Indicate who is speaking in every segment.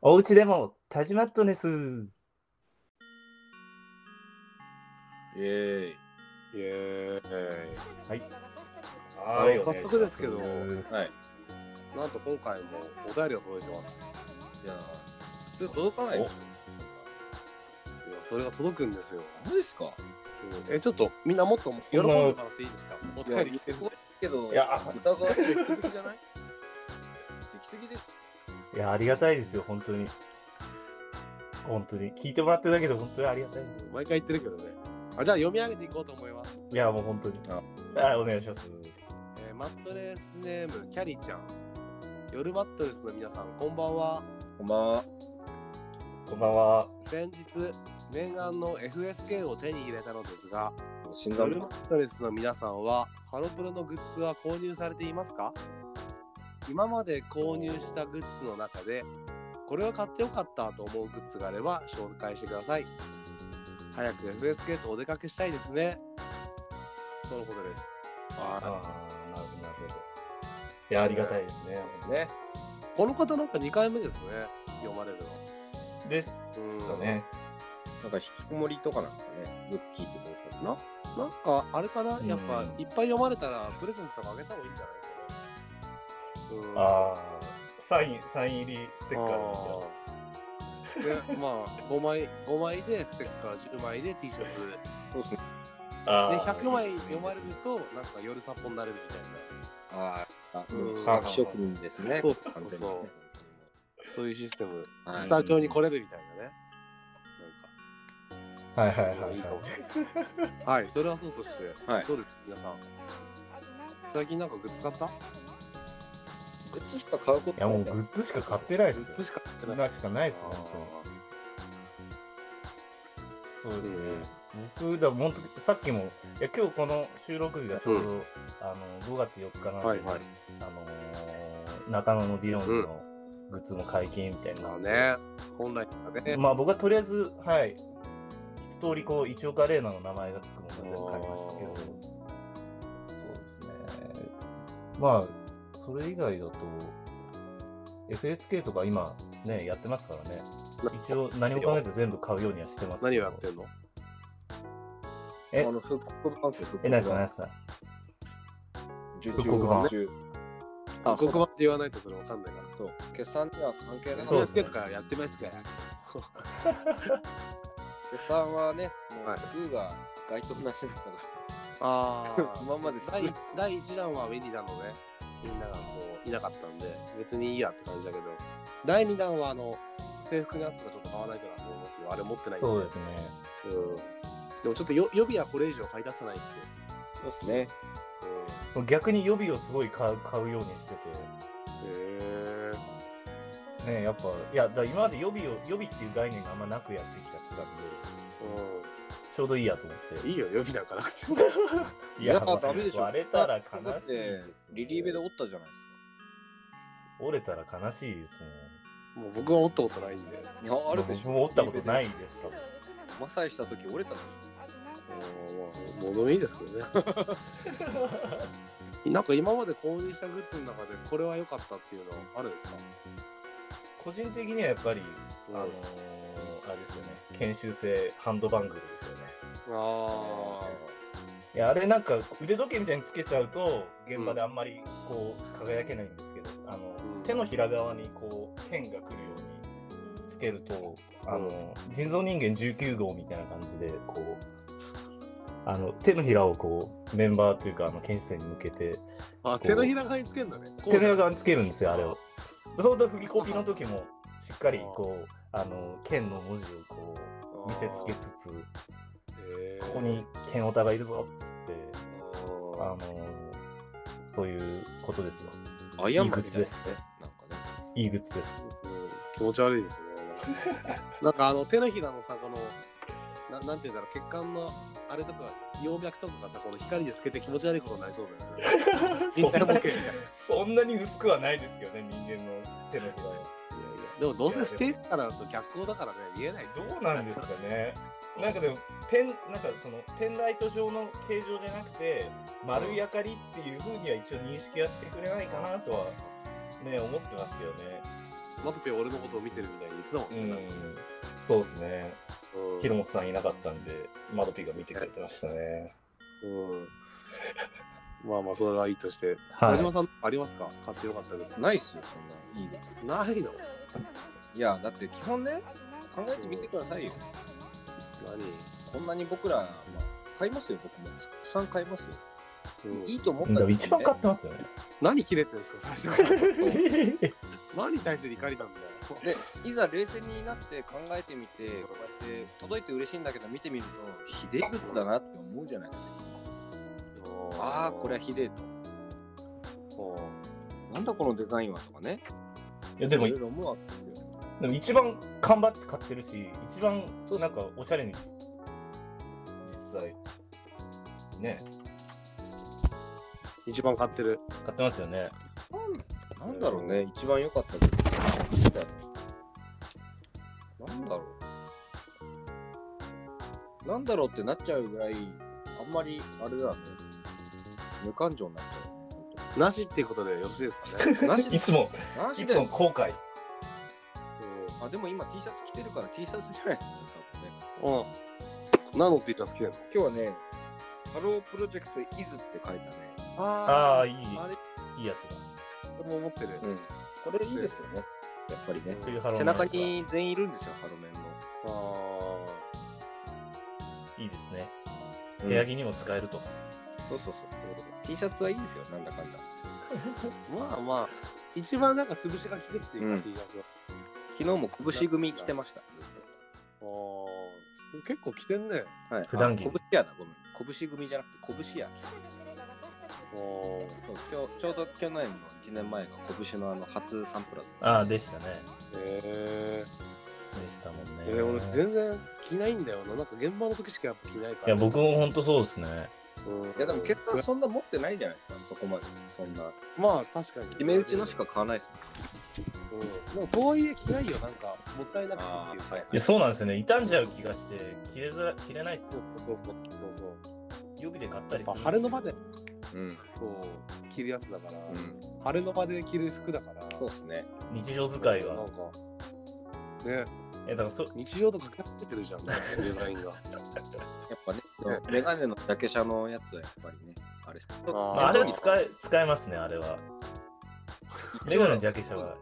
Speaker 1: おうちでも、タジマットネス。
Speaker 2: イエーイ。
Speaker 3: イエーイ。
Speaker 1: はい。
Speaker 3: あ
Speaker 2: はい
Speaker 3: の早速ですけど、
Speaker 2: はい。
Speaker 3: なんと今回もお便りが届いて ます。
Speaker 2: じゃあ、それ届かな
Speaker 1: お
Speaker 2: いの
Speaker 3: いやそれが届くんですよ。
Speaker 2: マジですか
Speaker 3: え、ちょっとみんなもっと喜んでもらっていいですかお
Speaker 2: いや、
Speaker 3: 便
Speaker 2: 言
Speaker 3: り
Speaker 2: っ
Speaker 3: 来て
Speaker 2: て
Speaker 3: る
Speaker 2: こいけど、
Speaker 1: いや
Speaker 2: 歌川氏行き過ぎじゃない行き過ぎでし
Speaker 1: いや、ありがたいですよ、本当に。本当に。聞いてもらってるだけで、本当にありがたいです。
Speaker 3: 毎回言ってるけどね。あじゃあ読み上げていこうと思います。
Speaker 1: いや、もう本当に。あお願いします。
Speaker 3: えーマットレスネーム、キャリーちゃん。夜マットレスの皆さん、こんばんは。
Speaker 2: ょこんばんは。
Speaker 1: こんばんは。
Speaker 3: 先日、念願の FSK を手に入れたのですが、
Speaker 2: 新
Speaker 3: 夜
Speaker 2: 参
Speaker 3: マットレスの皆さんは、ハロプロのグッズは購入されていますか今まで購入したグッズの中で、これは買ってよかったと思うグッズがあれば紹介してください。早く FSK とお出かけしたいですね。とのことです。
Speaker 1: ああ、
Speaker 3: はい
Speaker 1: なるほど、なるほど。いや、ありがたいですね。
Speaker 2: ですね。
Speaker 3: この方なんか2回目ですね。読まれるの。
Speaker 1: です
Speaker 3: うん
Speaker 1: かね。
Speaker 2: なんか引きこもりとかなんですかね。よく聞いてください。
Speaker 3: ななんかあれかな、
Speaker 1: うん
Speaker 3: やっぱいっぱい読まれたらプレゼントとかあげた方がいいんじゃないこれうん
Speaker 1: ああ、サイン、サイン入りステッカーみたいな。
Speaker 3: あーでまあ5枚5枚でステッカー10枚で T シャツで
Speaker 2: そうですね。
Speaker 1: あー
Speaker 3: 100枚読まれるとなんか夜散歩になれるみたいな
Speaker 2: あーあ、
Speaker 3: うん
Speaker 2: うん、化学職人ですね。
Speaker 3: そうそう
Speaker 2: 完全に
Speaker 3: そうそういうシステム
Speaker 2: はい
Speaker 3: スタジオに来れるみたいなね
Speaker 1: はいはい
Speaker 3: なんか
Speaker 1: はい
Speaker 3: いいか
Speaker 1: は
Speaker 3: も
Speaker 1: い
Speaker 3: し。れないはいそれはそうとして
Speaker 2: はい
Speaker 3: どうです皆さん最近なんかグッズ買ったグ
Speaker 2: グッズしか買うこ
Speaker 1: い
Speaker 2: と
Speaker 1: や
Speaker 2: ない
Speaker 1: もうグッズしか買ってないで
Speaker 3: ッズ
Speaker 1: す。
Speaker 3: しか買ってない
Speaker 1: 今しかないです、
Speaker 3: あ
Speaker 1: 本
Speaker 3: ー
Speaker 1: 当に。そうですね。僕、だから本当にさっきも、いや今日この収録日がちょうど、あの5月4日なので、
Speaker 3: はいはい
Speaker 1: あのー中野のビヨンズのグッズも解禁みたい
Speaker 3: ま
Speaker 1: な。
Speaker 3: あね、本来はね、
Speaker 1: まあ僕はとりあえず、はい、一通りこう、一岡玲奈の名前がつくものは全部買いましたけど、そうですね。まあ、それ以外だと、FSK とか今ね、やってますからね。一応何も考えず全部買うようにはしてますけど。
Speaker 3: 何をやってんの
Speaker 2: あ
Speaker 1: え
Speaker 2: の、復刻版ですよ。
Speaker 1: え、何ですか何ですか
Speaker 2: 復
Speaker 1: 復刻版
Speaker 2: 中
Speaker 3: あ、
Speaker 2: あ、
Speaker 3: 黒
Speaker 2: そうだ
Speaker 3: 板って言わないとそれわかんないから。
Speaker 2: そう。決算には関係な
Speaker 1: そ
Speaker 2: か
Speaker 1: う
Speaker 2: っ
Speaker 1: です。
Speaker 2: た
Speaker 3: FSK とかやってますから。
Speaker 2: 決算はね、もう、
Speaker 3: はい
Speaker 2: グーが該当なしだったから。
Speaker 3: あ あ
Speaker 2: 今まで少な
Speaker 3: 第
Speaker 2: い
Speaker 3: 一第1弾は便利なのね。みんながこう、いなかったんで、別にいいやって感じだけど。第2弾はあの、制服のやつがちょっと買わないとなと思いますよ。あれ持ってないん
Speaker 1: そうですね。
Speaker 3: うん。でもちょっとよ予備はこれ以上買い出さないって。
Speaker 2: そうですね。
Speaker 1: 逆に予備をすごい買う買うようにして
Speaker 3: うん。へえ。
Speaker 1: て、ね、やっぱ、いや、だから今まで予備を、予備っていう概念があんまなくやってきちゃってたんで、ちょうどいいやと思っ
Speaker 3: うん。
Speaker 1: て。
Speaker 3: いいよ、予備なんかなくて。
Speaker 1: い
Speaker 2: いやダメでしょ
Speaker 1: 割れたら悲
Speaker 2: だっ
Speaker 1: しい
Speaker 2: て
Speaker 1: です、ね。
Speaker 2: リリーベで折ったじゃないですか。
Speaker 1: 折れたら悲しいです
Speaker 3: もう僕は折ったことないんで。
Speaker 2: いや、
Speaker 1: もん。
Speaker 2: あるでし
Speaker 1: 僕
Speaker 2: ょ。
Speaker 1: も折ったことないですか
Speaker 2: マサイした時折れたでし
Speaker 3: もうどうでいいですけどね。 なんか今まで購入したグッズの中でこれは良かったっていうのあるんですか、
Speaker 1: 個人的にはやっぱり、あのー、あれですよね、研修生ハンドバングルですよね。
Speaker 3: あ
Speaker 1: いや、あれなんか腕時計みたいにつけちゃうと、現場であんまりこう輝けないんですけど、あの、
Speaker 3: うん
Speaker 1: 手のひら側にこう、剣が来るようにつけると、あの、人造人間19号みたいな感じで、こう、あの、手のひらをこう、メンバーというか、あの、研修生に向けて、
Speaker 3: あ手のひら側につけるんだね
Speaker 1: 手のひら側につけるんですよ、あれを。そうすると振りコピの時も、しっかりこう、あの、剣の文字をこう、見せつけつつ、
Speaker 3: え
Speaker 1: ここに剣オタがいるぞ、っつって、あの
Speaker 3: あ
Speaker 1: そういうことですよ。
Speaker 2: ょ。アイアンマン
Speaker 1: いいグッズです
Speaker 2: みたいなねなんかね。
Speaker 1: いいグッズ です。
Speaker 3: 気持ち悪いですねなんかあの手のひらのさこのななんて言うんだろう血管のあれとか葉脈とかがさこの光で透けて気持ち悪いことになりそうだよね
Speaker 1: そん
Speaker 3: 立体模
Speaker 1: な
Speaker 3: 型みたいないやい
Speaker 1: そんなに薄くはないですけどね、人間の手のひらは。
Speaker 3: やでもどうせステージからだと逆光だからね見えないですよ
Speaker 1: どうなんですかね。なんかでも、ペン、なんかその、ペンライト状の形状じゃなくて、丸い明かりっていうふうには一応認識はしてくれないかなとは、ね、思ってますけどね。
Speaker 3: うマトペは俺のことを見てるみたいにいつだもん
Speaker 1: う
Speaker 3: ね
Speaker 1: ん。そうですね。
Speaker 3: うん
Speaker 1: 広本さんいなかったんで、マドピが見てくれてましたね。
Speaker 3: うんまあまあそれはいいとして、
Speaker 1: は
Speaker 3: 田島
Speaker 1: い。
Speaker 3: さんありますか買ってよかったグッズ
Speaker 2: ないっすよ、そんな。いいの。
Speaker 3: ないの
Speaker 2: いや、だって基本ね、考えてみてくださいよ。こんなに僕ら、まあ、買いますよ、僕も。たくさん買いますよ。
Speaker 3: 何、うん
Speaker 2: いいと思った
Speaker 1: だから
Speaker 2: ら
Speaker 1: 一番買ってますよね。
Speaker 3: 何切れてんですか最初 から
Speaker 1: うん
Speaker 3: 何に対する怒りなんだよ
Speaker 2: でいざ冷静になって考えてみてこうやって届いて嬉しいんだけど見てみるとひでえグッズだなって思うじゃないですかああこれはひでえとなんだこのデザインはとかね
Speaker 1: いやでも、
Speaker 2: い
Speaker 1: で
Speaker 2: ろいろ思うわけですよ
Speaker 1: も一番頑張って買ってるし、一番
Speaker 2: そうそう
Speaker 1: なんかおしゃれにつ実際、ね、
Speaker 3: 一番買ってる
Speaker 1: 買ってますよね。
Speaker 2: なんなんだろうね一番良かったグッズなんだろうなんだろうってなっちゃうぐらいあんまりあれだね無感情になっ
Speaker 3: なしっていうことでよろしいですか ね
Speaker 2: ちゃうなし
Speaker 1: い
Speaker 2: で
Speaker 1: つも、
Speaker 2: ないし
Speaker 1: つ
Speaker 2: で
Speaker 1: も後悔。
Speaker 2: あでも今 T シャツ着てるから T シャツじゃないですかね多分ね
Speaker 3: うん何の T シャツ着てんの
Speaker 2: 今日はね、ハロープロジェクトイズって書いたね。
Speaker 1: ああ、
Speaker 3: あ
Speaker 1: いい、
Speaker 3: あれ
Speaker 1: いいやつ
Speaker 3: これも持ってる、
Speaker 2: うん。これいいですよね。やっぱりね。
Speaker 1: だ。ハロ
Speaker 2: 背
Speaker 1: メンのやつ
Speaker 2: 中
Speaker 1: は
Speaker 2: に全員いるんですよ、ハロメンの。
Speaker 3: あ
Speaker 1: いいですね。
Speaker 2: うん
Speaker 1: 部屋着にも使えると。
Speaker 2: そうそうそう。T シャツはいいですよ、なんだかんだ。
Speaker 3: あまあまあ一番なんか潰しが効くっていうか、
Speaker 2: うん
Speaker 3: T シャツは
Speaker 2: 昨日も拳組着てました。
Speaker 3: あー結構着てんね
Speaker 2: はい。
Speaker 1: 普段着
Speaker 2: あ拳屋だ、ごめん。拳組じゃなくて拳屋。そ
Speaker 3: あー
Speaker 2: う今日ちょうど去年の1年前が拳のあの初サンプラザ。
Speaker 1: ああ、でしたね。で
Speaker 3: え
Speaker 1: したもんね
Speaker 3: ー、。えー、俺全然着ないんだよななんか現場の時しかやっぱ着ないから
Speaker 1: いや、僕も本当そうですね。
Speaker 3: うん
Speaker 2: いやでも結果そんな持ってないじゃないですか、そこまで。そんな。
Speaker 3: まあ確かに
Speaker 2: 決め打ちのしか買わないです
Speaker 3: うんでもとはいえ着ないよなんかもったいなくてっていうか
Speaker 2: あーはい
Speaker 1: いやそうなんですよね。傷んじゃう気がして、切れづら切れないっすよ。
Speaker 3: そうそうそうそう
Speaker 1: 予備で買ったりす
Speaker 3: まあ
Speaker 1: る。
Speaker 3: 晴れの場で
Speaker 2: ね。
Speaker 3: そう着るやつだから、
Speaker 2: うん。うん。
Speaker 3: 晴れの場で着る服だから
Speaker 2: そうですね。
Speaker 1: 日常使い
Speaker 3: なん
Speaker 1: は。
Speaker 3: かね
Speaker 1: え、だからそ、
Speaker 3: 日常とかけてるじゃんデザインが
Speaker 2: やっぱね、そのメガネのジャケシャのやつはやっぱりね、あれですけど、
Speaker 3: あー
Speaker 1: まあ、あれ
Speaker 2: に
Speaker 1: 使え、使えますね、あれ は。メガネのジャケシャは。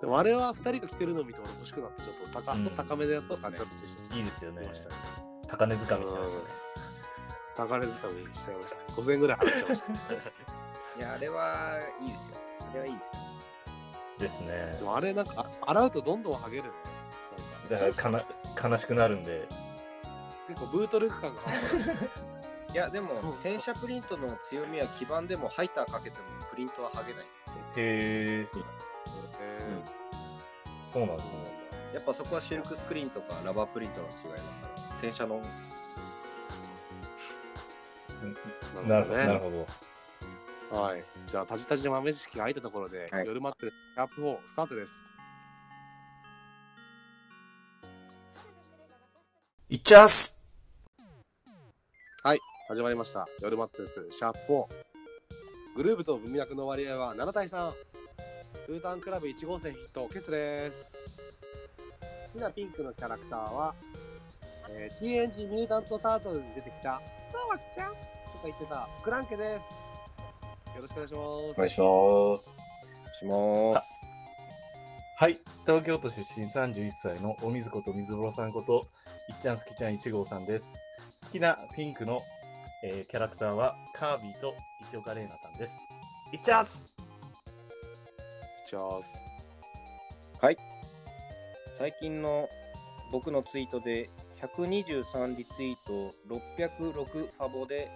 Speaker 3: でもあれは2人が着てるの見て俺欲しくなってちょっと高,、
Speaker 1: うん
Speaker 3: 高めのやつを買っちゃってました
Speaker 1: いいですよね
Speaker 3: ま。したね
Speaker 1: 高値掴みしてまし
Speaker 3: 高値掴みしちゃいました5000円ぐらい払っちゃいました
Speaker 1: たね。
Speaker 2: いや、あれはいいですよ。あれはいいですよ。
Speaker 1: ですね
Speaker 3: で。もあれなんかあ洗うとどんどん剥げるねなんか
Speaker 1: だからかな、悲しくなるんで。
Speaker 3: 結構ブートルーク感が半端ない
Speaker 2: いや、でも、転写プリントの強みは基板でもハイターかけてもプリントは剥げない。
Speaker 1: へえ、
Speaker 3: えー
Speaker 1: そうなんですね。
Speaker 2: やっぱそこはシルクスクリーンとかラバープリントの違いだから、転写の、
Speaker 1: なるほど、
Speaker 3: ね
Speaker 1: なるほど。
Speaker 3: はい。じゃあ、タジタジの豆知識が空いたところで、
Speaker 2: はい
Speaker 3: 夜待ってるキャンプ4スタートです。
Speaker 4: いっちゃーす
Speaker 3: 始まりました。夜待ってるシャープ4。グルーブと文脈の割合は7対3。フータンクラブ1号線ヒット、ケスです。好きなピンクのキャラクターは、えー、ティーエンジミュータントタートルズに出てきた、サワキちゃんとか言ってた、クランケです。よろしくお願いします。
Speaker 1: ます。
Speaker 2: しま
Speaker 1: はい、東京都出身31歳のお水こと水風呂さんこと、いっちゃんすきちゃん1号さんです。好きなピンクの、えーキャラクターはカービィと市岡玲奈さんです。いっちゃんす
Speaker 3: チャース。
Speaker 2: 最近の僕のツイートで、123リツイート、606ファボで、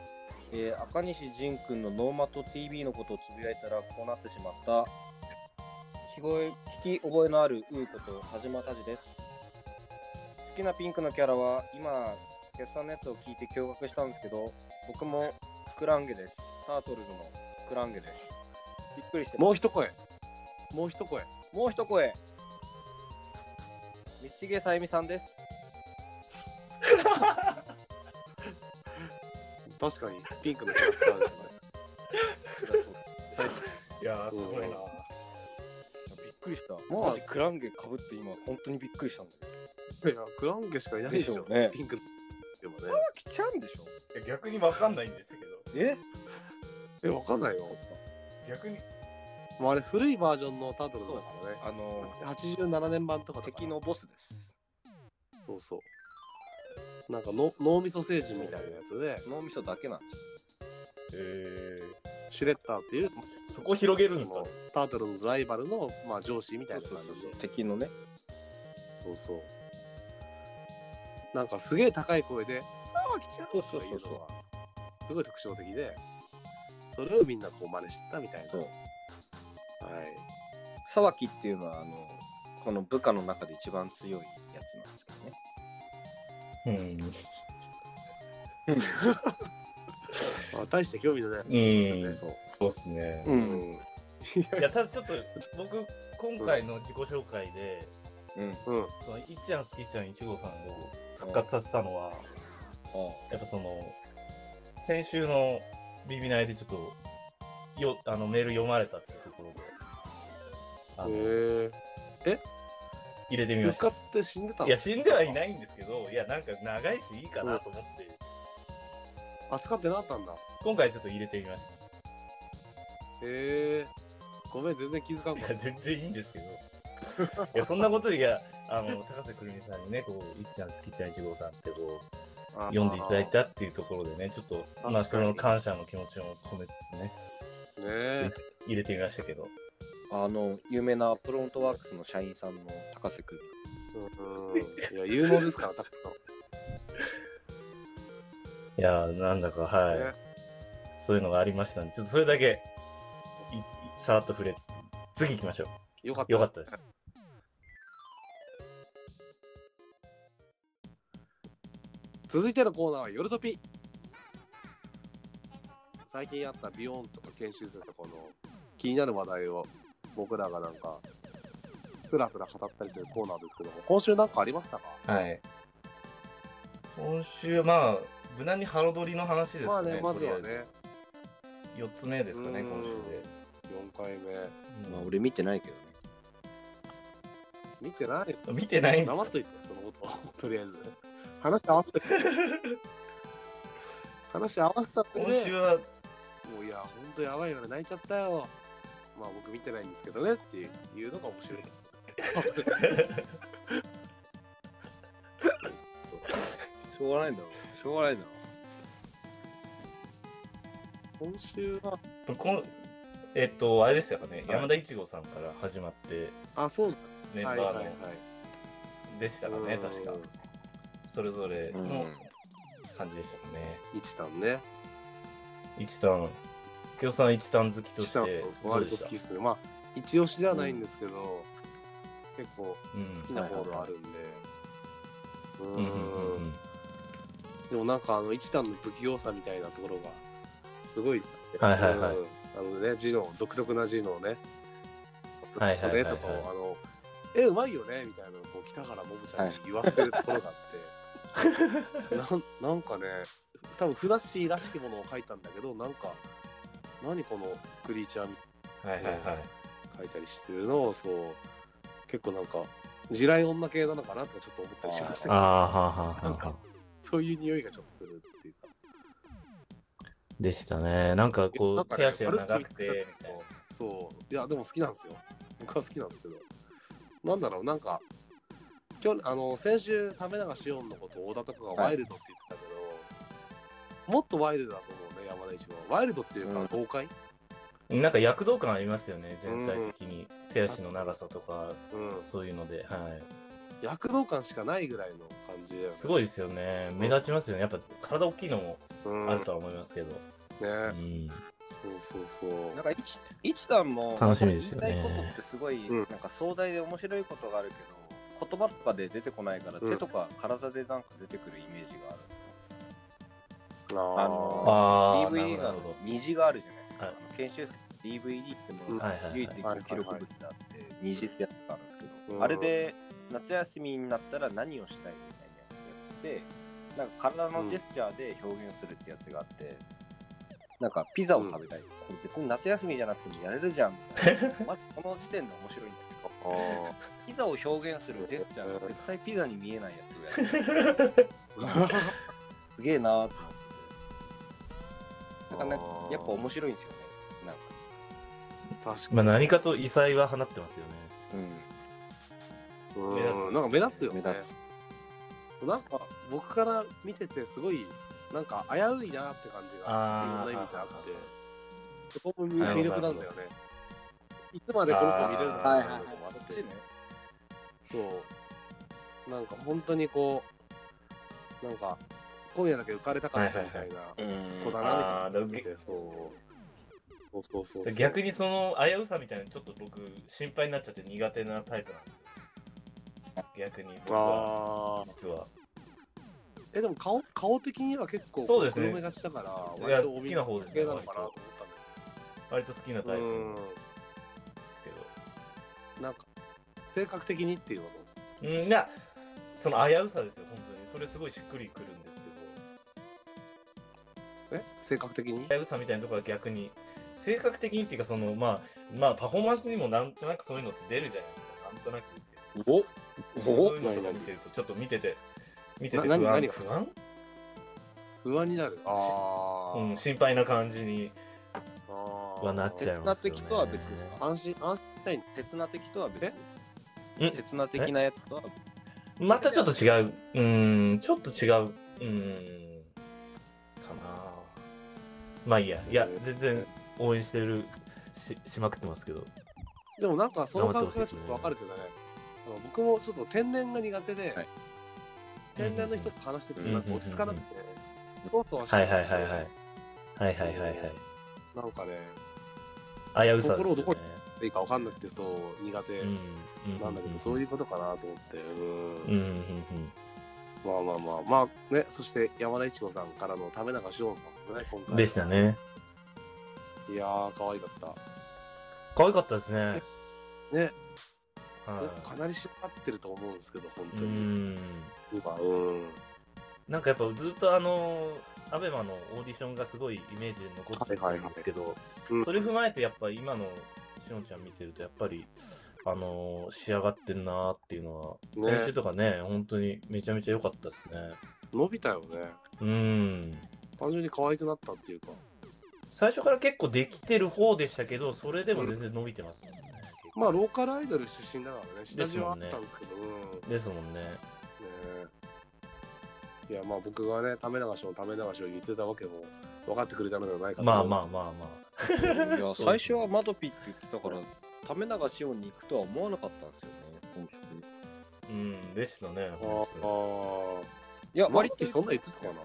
Speaker 2: えー赤西仁君のノーマット TV のことをつぶやいたらこうなってしまった聞こえ聞き覚えのあるうーこと田島たじです好きなピンクのキャラは今決算のやつを聞いて驚愕したんですけど僕もクランゲですタートルズのクランゲですびっくりしてます
Speaker 3: もう一声。もう一声。
Speaker 2: もう一声道重さゆみさんです
Speaker 3: 確かに、ピンクのキャラクターですね。
Speaker 1: いやー、す
Speaker 3: すご
Speaker 1: ごいな
Speaker 3: いな。
Speaker 2: くりした。
Speaker 3: まあ
Speaker 2: マジクランゲかぶって今、本当にびっくりしたんだけど。
Speaker 3: いや、クランゲしかいないでしょ。
Speaker 2: でしょうね
Speaker 3: ピンクの。でもね。
Speaker 2: 沢木ちゃんでしょ
Speaker 1: いや逆にわかんないんですけど、
Speaker 2: え
Speaker 3: え、わかんないよ。
Speaker 1: 逆に。
Speaker 3: もうあれ、古いバージョンのタートルズだからね。
Speaker 2: あの
Speaker 3: 87年版とか
Speaker 2: ー、
Speaker 3: だから
Speaker 2: 敵のボスです。
Speaker 3: そうそうなんかの脳みそ星人みたいなやつで
Speaker 2: 脳みそだけなんです。
Speaker 1: え
Speaker 3: シュレッダーっていう
Speaker 1: ー、そこ広げるんです
Speaker 3: そ
Speaker 1: か
Speaker 3: のタートルズライバルの、まあ、上司みたいな感じで
Speaker 2: 敵のね。
Speaker 3: そうそうなんかすげえ高い声で「沢木ちゃん」
Speaker 2: そう
Speaker 3: と
Speaker 2: そうそう
Speaker 3: か言うのはすごい特徴的でそれをみんなこう真似してたみたいな
Speaker 2: そう
Speaker 3: はい
Speaker 2: 沢木っていうのは、あの、この部下の中で一番強いやつなんですけどね。
Speaker 1: うん。
Speaker 3: まあ、大して興味のない、
Speaker 1: うん。
Speaker 2: そう。
Speaker 1: そうですね。
Speaker 2: うん
Speaker 1: いや、ただちょっと、僕、今回の自己紹介で、
Speaker 2: うん。
Speaker 3: うん、
Speaker 1: そのいっちゃん、すきちゃん、いちごさんを復活させたのは、やっぱその、先週のビビナイでちょっと、よあのメール読まれたっていうところで、あの入
Speaker 3: へ
Speaker 1: れて
Speaker 3: え
Speaker 1: みまし
Speaker 3: 復
Speaker 1: た。
Speaker 3: 活って死んでたの
Speaker 1: いや、死んではいないんですけど、いや、なんか長いしいいかなと思って、
Speaker 3: 扱ってなかったんだ
Speaker 1: 今回ちょっと入れてみまし。
Speaker 3: へえごめん全然気づかんかった
Speaker 1: いや、全然いいんですけど。いや、そんなことよりいや、あの、高瀬くるみさんにね、こう、いっちゃん、すきちゃん、いちごさんってこう、
Speaker 3: た
Speaker 1: 読んでいただいたっていうところでね、ちょっと、まあ、
Speaker 3: 確
Speaker 1: そ
Speaker 3: かに
Speaker 1: の感謝の気持ちを込めつつね、
Speaker 3: ねえ
Speaker 1: 入れてみましたけど。
Speaker 2: あの、有名なプロントワークスの社員さんの高瀬くん。
Speaker 3: うんいや有能ですからタク
Speaker 1: いやー、なんだか、
Speaker 3: ト
Speaker 1: はい。
Speaker 3: ね
Speaker 1: そういうのがありましたんで、ちょっとそれだけ、いいさらっと触れつつ、次行きましょ
Speaker 3: よかっ
Speaker 1: う。よかったです。
Speaker 3: 続いてのコーナーは夜トピ最近あったビヨーンズとか研修生とかの気になる話題を僕らがなんかスラスラ語ったりするコーナーですけども今週なんかありましたか
Speaker 1: はい。今週は、まあ、無難にハロドリの話ですね。
Speaker 3: まあねまずは
Speaker 1: とりあ
Speaker 3: ね
Speaker 1: えず。4つ目ですかね、
Speaker 3: うん
Speaker 1: 今週で。
Speaker 3: 4回目
Speaker 2: まあ、俺見てないけどね。
Speaker 3: 見てない
Speaker 1: うん見てないんです
Speaker 3: 黙っといてそのこと とりあえず話合わせて 話合わせたってね
Speaker 1: 今週は、
Speaker 3: もういや、ほんとやばいよね、泣いちゃったよ。まあ僕見てないんですけどねっていういうのが面 白い。
Speaker 2: しょうがないんだろう。しょうがないんだろ
Speaker 3: 今週は、
Speaker 1: こんえっと、あれでしたかね、
Speaker 2: い
Speaker 1: 山田一郎さんから始まって、
Speaker 3: あ、そう
Speaker 1: メンバ
Speaker 3: はいはい
Speaker 1: ー
Speaker 3: はい
Speaker 1: の。でしたかね、確か
Speaker 3: うん。
Speaker 1: それぞれ
Speaker 2: う
Speaker 1: の
Speaker 2: ん
Speaker 1: 感じでしたかね。
Speaker 3: 一タンね。
Speaker 1: 一段、京さん一段好きと
Speaker 3: 一
Speaker 1: し
Speaker 3: タン
Speaker 1: て、
Speaker 3: 割と好きですね。まあ、一押しではないんですけど、結構
Speaker 1: うん
Speaker 3: 好きな方ではあるんで。う
Speaker 1: うんうんうん
Speaker 3: ー。
Speaker 1: うんん
Speaker 3: でもなんかあの一タンの不器用さみたいなところが、すごい。
Speaker 1: はいはいはい
Speaker 3: うんあのね、ジノ、独特なジノをね。
Speaker 1: はいはいはいはい
Speaker 3: ねとかをあの、え、うまいよねみたいなのをこう北原ももちゃんに言わせてるところがあ って、なんなんかね、多分ふなっしーらしきものを書いたんだけど、なんか、何このクリーチャーみたい
Speaker 1: はいはいはい。
Speaker 3: なの書いたりしてるのを、そう、結構なんか、地雷女系なのかなとかちょっと思ったりしましたけ
Speaker 1: ああ
Speaker 3: ど、
Speaker 1: はあはあはあ。
Speaker 3: そういう匂いがちょっとするっていうか。
Speaker 1: でしたね。なんかこ
Speaker 3: な
Speaker 1: う、
Speaker 3: んか
Speaker 1: 手
Speaker 3: ね
Speaker 1: 足が長くて、みたいな。
Speaker 3: そういやでも好きなんですよ 僕は好きなんですけどなんだろうなんか今日あの先週為永志音のことを小田とかがワイルドって言ってたけど、もっとワイルドだと思うね山田一郎ワイルドっていう
Speaker 2: う
Speaker 3: か
Speaker 2: ん
Speaker 3: 豪快
Speaker 1: なんか躍動感ありますよね、全体的に。手足の長さとか、
Speaker 3: うん、
Speaker 1: そういうので。はい。
Speaker 3: 躍動感しかないぐらいの感じだよね
Speaker 1: すごいですよね。目立ちますよね。やっぱ体大きいのも
Speaker 3: うん
Speaker 1: あるとは思いますけど。う
Speaker 3: ね
Speaker 1: ん。
Speaker 3: そうそうそう
Speaker 2: う。なんか、いち、いちさんも、
Speaker 1: 楽しみですよね
Speaker 2: 言いたいことってすごい、
Speaker 3: うん
Speaker 2: なんか壮大で面白いことがあるけど、言葉とかで出てこないから、
Speaker 3: うん
Speaker 2: 手とか体でなんか出てくるイメージがある。
Speaker 3: あ
Speaker 2: あの
Speaker 3: の
Speaker 1: ああ、なるほ
Speaker 2: DVD
Speaker 1: ど。
Speaker 2: が
Speaker 1: な
Speaker 2: あ
Speaker 1: る
Speaker 2: の
Speaker 1: ほど
Speaker 2: 虹があるじゃないですか。
Speaker 1: はい
Speaker 2: あの研修生 DVD っていう
Speaker 1: はい
Speaker 2: のが
Speaker 1: はいはい
Speaker 2: 唯一一
Speaker 3: はい
Speaker 2: 個
Speaker 3: はい
Speaker 2: 記録物であって、虹ってやつがあるんですけど、
Speaker 3: うん
Speaker 2: あれで夏休みになったら何をしたいみたいなやつやって、なんか体のジェスチャーで表現するってやつがあって、なんか ピザを食べたい。それ別に夏休みじゃなくてもやれるじゃんみたいな。まずこの時点で面白いんだけど。
Speaker 3: あー
Speaker 2: ピザを表現するジェスチャーが絶対ピザに見えないやつがやる すげえなーと思って。なんかね、やっぱ面白いんですよね。なんか。
Speaker 3: 確か
Speaker 1: まあ、何かと異彩は放ってますよね。
Speaker 2: うん。
Speaker 3: にうんなんか目立つよね
Speaker 2: 目立つ。
Speaker 3: なんか僕から見ててすごいなんか危ういなって感じがいろ
Speaker 1: あー
Speaker 3: んな意味であ
Speaker 1: は
Speaker 3: っ
Speaker 1: いはい
Speaker 3: てそこも魅力なんだよねいつまでこの子見れるのかなっていうのもあ
Speaker 2: そっ
Speaker 3: っ
Speaker 2: ち
Speaker 3: て
Speaker 2: ね。
Speaker 3: そうなんか本当にこうなんか今夜だけ浮かれたかったみたいな
Speaker 2: うん
Speaker 3: 子だ
Speaker 1: あ
Speaker 3: な
Speaker 1: あ
Speaker 3: みたい
Speaker 1: ー
Speaker 3: な見てそうそうそうそう
Speaker 1: 逆にその危うさみたいなのちょっと僕心配になっちゃって苦手なタイプなんですよ。逆に僕は
Speaker 3: ああ
Speaker 1: 実は。
Speaker 3: えでも顔顔的には結構
Speaker 1: そうですね
Speaker 3: 黒目がちだから
Speaker 1: いや
Speaker 3: 割とお
Speaker 1: 好きな方ですね
Speaker 3: 系なのかなと思ったんだ
Speaker 1: 割と好きなタイ
Speaker 3: けど
Speaker 1: プ
Speaker 3: う
Speaker 1: けど。
Speaker 3: んなんか性格的にっていうこ
Speaker 1: うん、な、その危うさですよ、本当に。それすごいしっくりくるんですけど、
Speaker 3: とえ性格的に
Speaker 1: 危うさみたいなところは逆に、性格的にっていうか、その、まあ、まあ、パフォーマンスにもなんとなくそういうのって出るじゃないですか、なんとなくですよ。
Speaker 3: お
Speaker 1: そう
Speaker 3: お
Speaker 1: いうのとか見てると、ちょっと見てて、見てて不
Speaker 3: な
Speaker 1: 安
Speaker 3: 何何が
Speaker 1: 不安、
Speaker 3: 不安になるあ
Speaker 1: うん、
Speaker 3: ー
Speaker 1: 心配な感じに
Speaker 3: あー
Speaker 1: はなっちゃい
Speaker 2: 哲
Speaker 1: ま
Speaker 2: 学
Speaker 1: すよ、ね。
Speaker 2: 的とは別ですか
Speaker 3: 安心安心したいね
Speaker 2: 鉄な的とは別
Speaker 1: えん
Speaker 2: 鉄な的なやつとは
Speaker 1: またちょっと違う。うーん、ちょっと違う。うーん、かなまあいいや、いや、全然応援してるししまくってますけど。
Speaker 3: でもなんかその感覚がちょっとわかるけどねあの僕もちょっと天然が苦手で、
Speaker 2: はい
Speaker 3: 天然の人と話してて
Speaker 2: うん
Speaker 3: なんか落ち着かなくて、そわそわして
Speaker 1: はいはいはいはい。はいはいはい
Speaker 3: なんかね
Speaker 1: はい。危うさですよ、ね。
Speaker 3: 心をどこいいかわかんなくてそう苦手、
Speaker 1: うん、
Speaker 3: なんだけど、そういうことかなと思って、
Speaker 1: う
Speaker 3: う
Speaker 1: ん
Speaker 3: ん
Speaker 1: うんうん
Speaker 3: まあまあまあ、まあね、そして山田一郎さんからの為永志音さんもね、今
Speaker 1: う
Speaker 3: 回。
Speaker 1: ん。でした。ね。
Speaker 3: いやー、可愛かった。
Speaker 1: 可愛かったですね。
Speaker 3: ね、
Speaker 1: は
Speaker 3: かなり縛ってると思うんですけど、本
Speaker 1: い。う
Speaker 3: 当に。
Speaker 1: ん。
Speaker 3: 今、うん。
Speaker 1: なんかやっぱずっとあの、アベマのオーディションがすごいイメージに残って
Speaker 3: はいは
Speaker 1: る
Speaker 3: い
Speaker 1: ん
Speaker 3: はい
Speaker 1: ですけど、
Speaker 3: うん
Speaker 1: それ踏まえてやっぱ今のしのちゃん見てるとやっぱり、あの仕上がってんなーっていうのは、
Speaker 3: ね
Speaker 1: 先週とかね、本当にめちゃめちゃ良かったですね。
Speaker 3: 伸びたよね。
Speaker 1: うん。
Speaker 3: 単純に可愛くなったっていうか。
Speaker 1: 最初から結構できてる方でしたけど、それでも全然伸びてますもんね。
Speaker 3: まあ、ローカルアイドル出身だからね、下
Speaker 1: です
Speaker 3: 地は
Speaker 1: も
Speaker 3: あっ
Speaker 1: んね
Speaker 3: たんですけど、うん。ね
Speaker 1: ですもんね。
Speaker 3: いや、まあ僕がね、為永志音、為永志音言ってたわけも分かってくれたのではないかと
Speaker 1: まあ
Speaker 3: 思う
Speaker 1: まあまあまあ。
Speaker 2: いや最初はマドピって言ってたから為永志音に行くとは思わなかったんですよね本当に
Speaker 1: うん、でしたね。
Speaker 3: あ
Speaker 1: 本当に
Speaker 3: ー
Speaker 2: いや
Speaker 3: あー、
Speaker 2: 割
Speaker 3: 割と
Speaker 2: と
Speaker 3: そんな言ってたかな。
Speaker 2: うん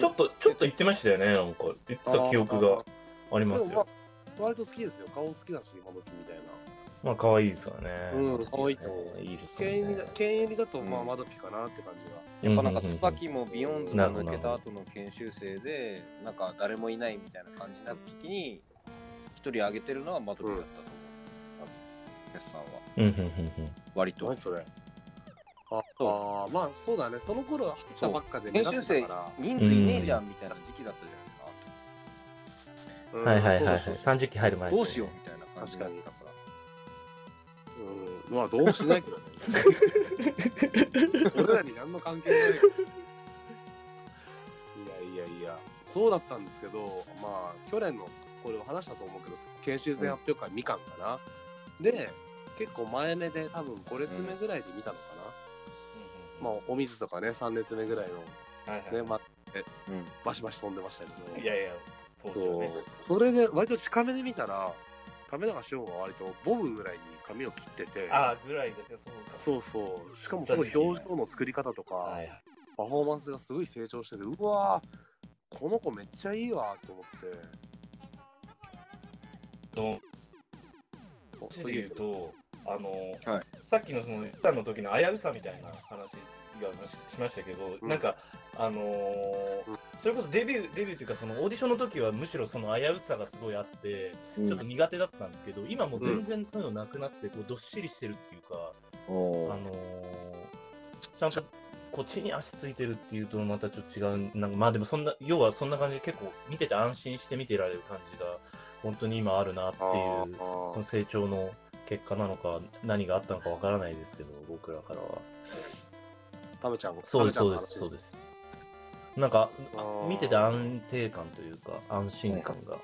Speaker 1: ちょっと、ちょっと言ってましたよね。なんか、言ってた記憶があり
Speaker 3: で
Speaker 1: ま
Speaker 3: も
Speaker 1: す
Speaker 3: まあ
Speaker 1: よ。、
Speaker 3: 割と好きですよ。顔好きだし、今時みたいな。
Speaker 1: まあ、可愛いですからね。
Speaker 3: うん可愛いと思う
Speaker 1: いいですよ
Speaker 3: 敬遠
Speaker 1: ね
Speaker 3: だ。敬遠だと、まあ、
Speaker 2: うん
Speaker 3: まだピかなって感じが。
Speaker 1: や
Speaker 2: やっぱなんか椿もビヨンズも抜けた後の研修生でなんか誰もいないみたいな感じになった時に一人挙げてるのはマドピだったと思う決算は
Speaker 1: うんうんうん
Speaker 2: 割と
Speaker 3: 何それ。あ
Speaker 2: そう
Speaker 3: あー、まあそうだね。その頃入ったばっかで目
Speaker 2: 研
Speaker 3: 立
Speaker 2: 修
Speaker 3: って
Speaker 2: 生
Speaker 3: たか
Speaker 2: 人数いねえじゃんみたいな時期だったじゃないですか
Speaker 3: ら。
Speaker 1: う。
Speaker 3: うんん
Speaker 1: はいはいはいはい。
Speaker 3: そうそうそう
Speaker 1: 30期入る前ですね
Speaker 2: どうしようみたいな感じになってたから
Speaker 3: うん、まあどうもしないけどね。 俺らに何の関係もないから。いやいやいや、そうだったんですけど、まあ去年のこれを話したと思うけど、研修生発表会みかんかな。で、結構前目で多分5列目ぐらいで見たのかな。
Speaker 1: うん
Speaker 3: まあお水とかね、3列目ぐらい
Speaker 1: はいはい
Speaker 3: の、ね、まあ
Speaker 2: うん
Speaker 3: バシバシ飛んでましたけど。
Speaker 1: いやいや、当時は
Speaker 3: そ
Speaker 1: ね
Speaker 3: うそれで割と近めで見たら、亀永翔は割とボブぐらいに髪を切ってて。
Speaker 1: ああ、ぐらいだけど、そうか。
Speaker 3: そうそう。しかもその表情の作り方とか、
Speaker 1: はいはい。
Speaker 3: パフォーマンスがすごい成長してて、うわーこの子めっちゃいいわと思って。
Speaker 1: どう
Speaker 3: お
Speaker 1: で言うと、あの、
Speaker 2: はい
Speaker 1: さっきのその、一旦の時の危うさみたいな話がししましたけど、
Speaker 3: うん
Speaker 1: なんか、あのー
Speaker 3: うん
Speaker 1: それこそデビュー、デビューというか、そのオーディションの時はむしろその危うさがすごいあって、
Speaker 2: うん
Speaker 1: ちょっと苦手だったんですけど、今もう全然そういうのなくなって、こう、どっしりしてるっていうか、
Speaker 2: お
Speaker 1: あ
Speaker 2: ー
Speaker 1: のーちゃんと、こう地に足ついてるっていうとまたちょっと違う、なんかまあでもそんな、要はそんな感じで結構見てて安心して見てられる感じが、本当に今あるなっていう
Speaker 3: あーあー
Speaker 1: その成長の結果なのか、何があったのかわからないですけど、僕らからは。
Speaker 3: タメちゃん
Speaker 1: そうです、
Speaker 3: タ
Speaker 1: そうで
Speaker 3: メちゃんの話
Speaker 1: す、そうです。なんか、
Speaker 3: あー
Speaker 1: 見てて安定感というか、安心感が、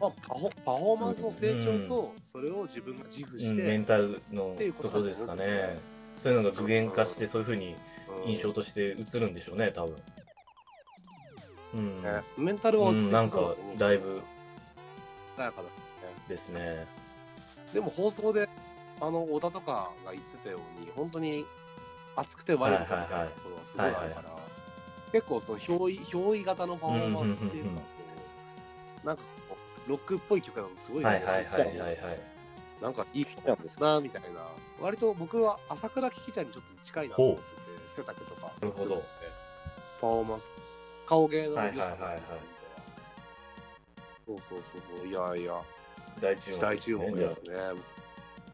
Speaker 3: まあ、パフォパフォーマンスの成長と、それを自分が自負
Speaker 1: う
Speaker 3: し
Speaker 1: ん
Speaker 3: て、
Speaker 1: メンタルの
Speaker 3: っていうこと
Speaker 1: こ
Speaker 3: とだと思う
Speaker 1: ですかね。そういうのが具現化して、そういうふうに
Speaker 3: うん
Speaker 1: 印象として映るんでしょうね、多分。うん、
Speaker 3: ね、メンタルは落ち着いて
Speaker 1: うんなんか
Speaker 3: そう思う
Speaker 1: だいぶ
Speaker 3: 穏やかだね
Speaker 1: ですね。
Speaker 3: でも放送であの小田とかが言ってたように本当に熱くてワイルドみたいなところはすごいあるから、
Speaker 1: はいはい
Speaker 3: 結構その憑依憑依型のパフォーマンスっていう
Speaker 1: うんうんうんうん
Speaker 3: かこうなんかこうロックっぽい曲だとすごい,、
Speaker 1: はいはいはいはいはい。
Speaker 3: なんかいい曲
Speaker 2: ちゃんですか
Speaker 3: なみたいな割と僕は朝倉キキちゃんにちょっと近いなと思ってて背丈とか
Speaker 1: なるほど。
Speaker 3: パフォーマンス顔芸の良さみたいな
Speaker 1: はいはいはいはい
Speaker 3: そうそうそうそういやいや
Speaker 1: 大注目ですね。
Speaker 3: 大注目
Speaker 1: じゃ
Speaker 3: で
Speaker 1: あ
Speaker 3: すね。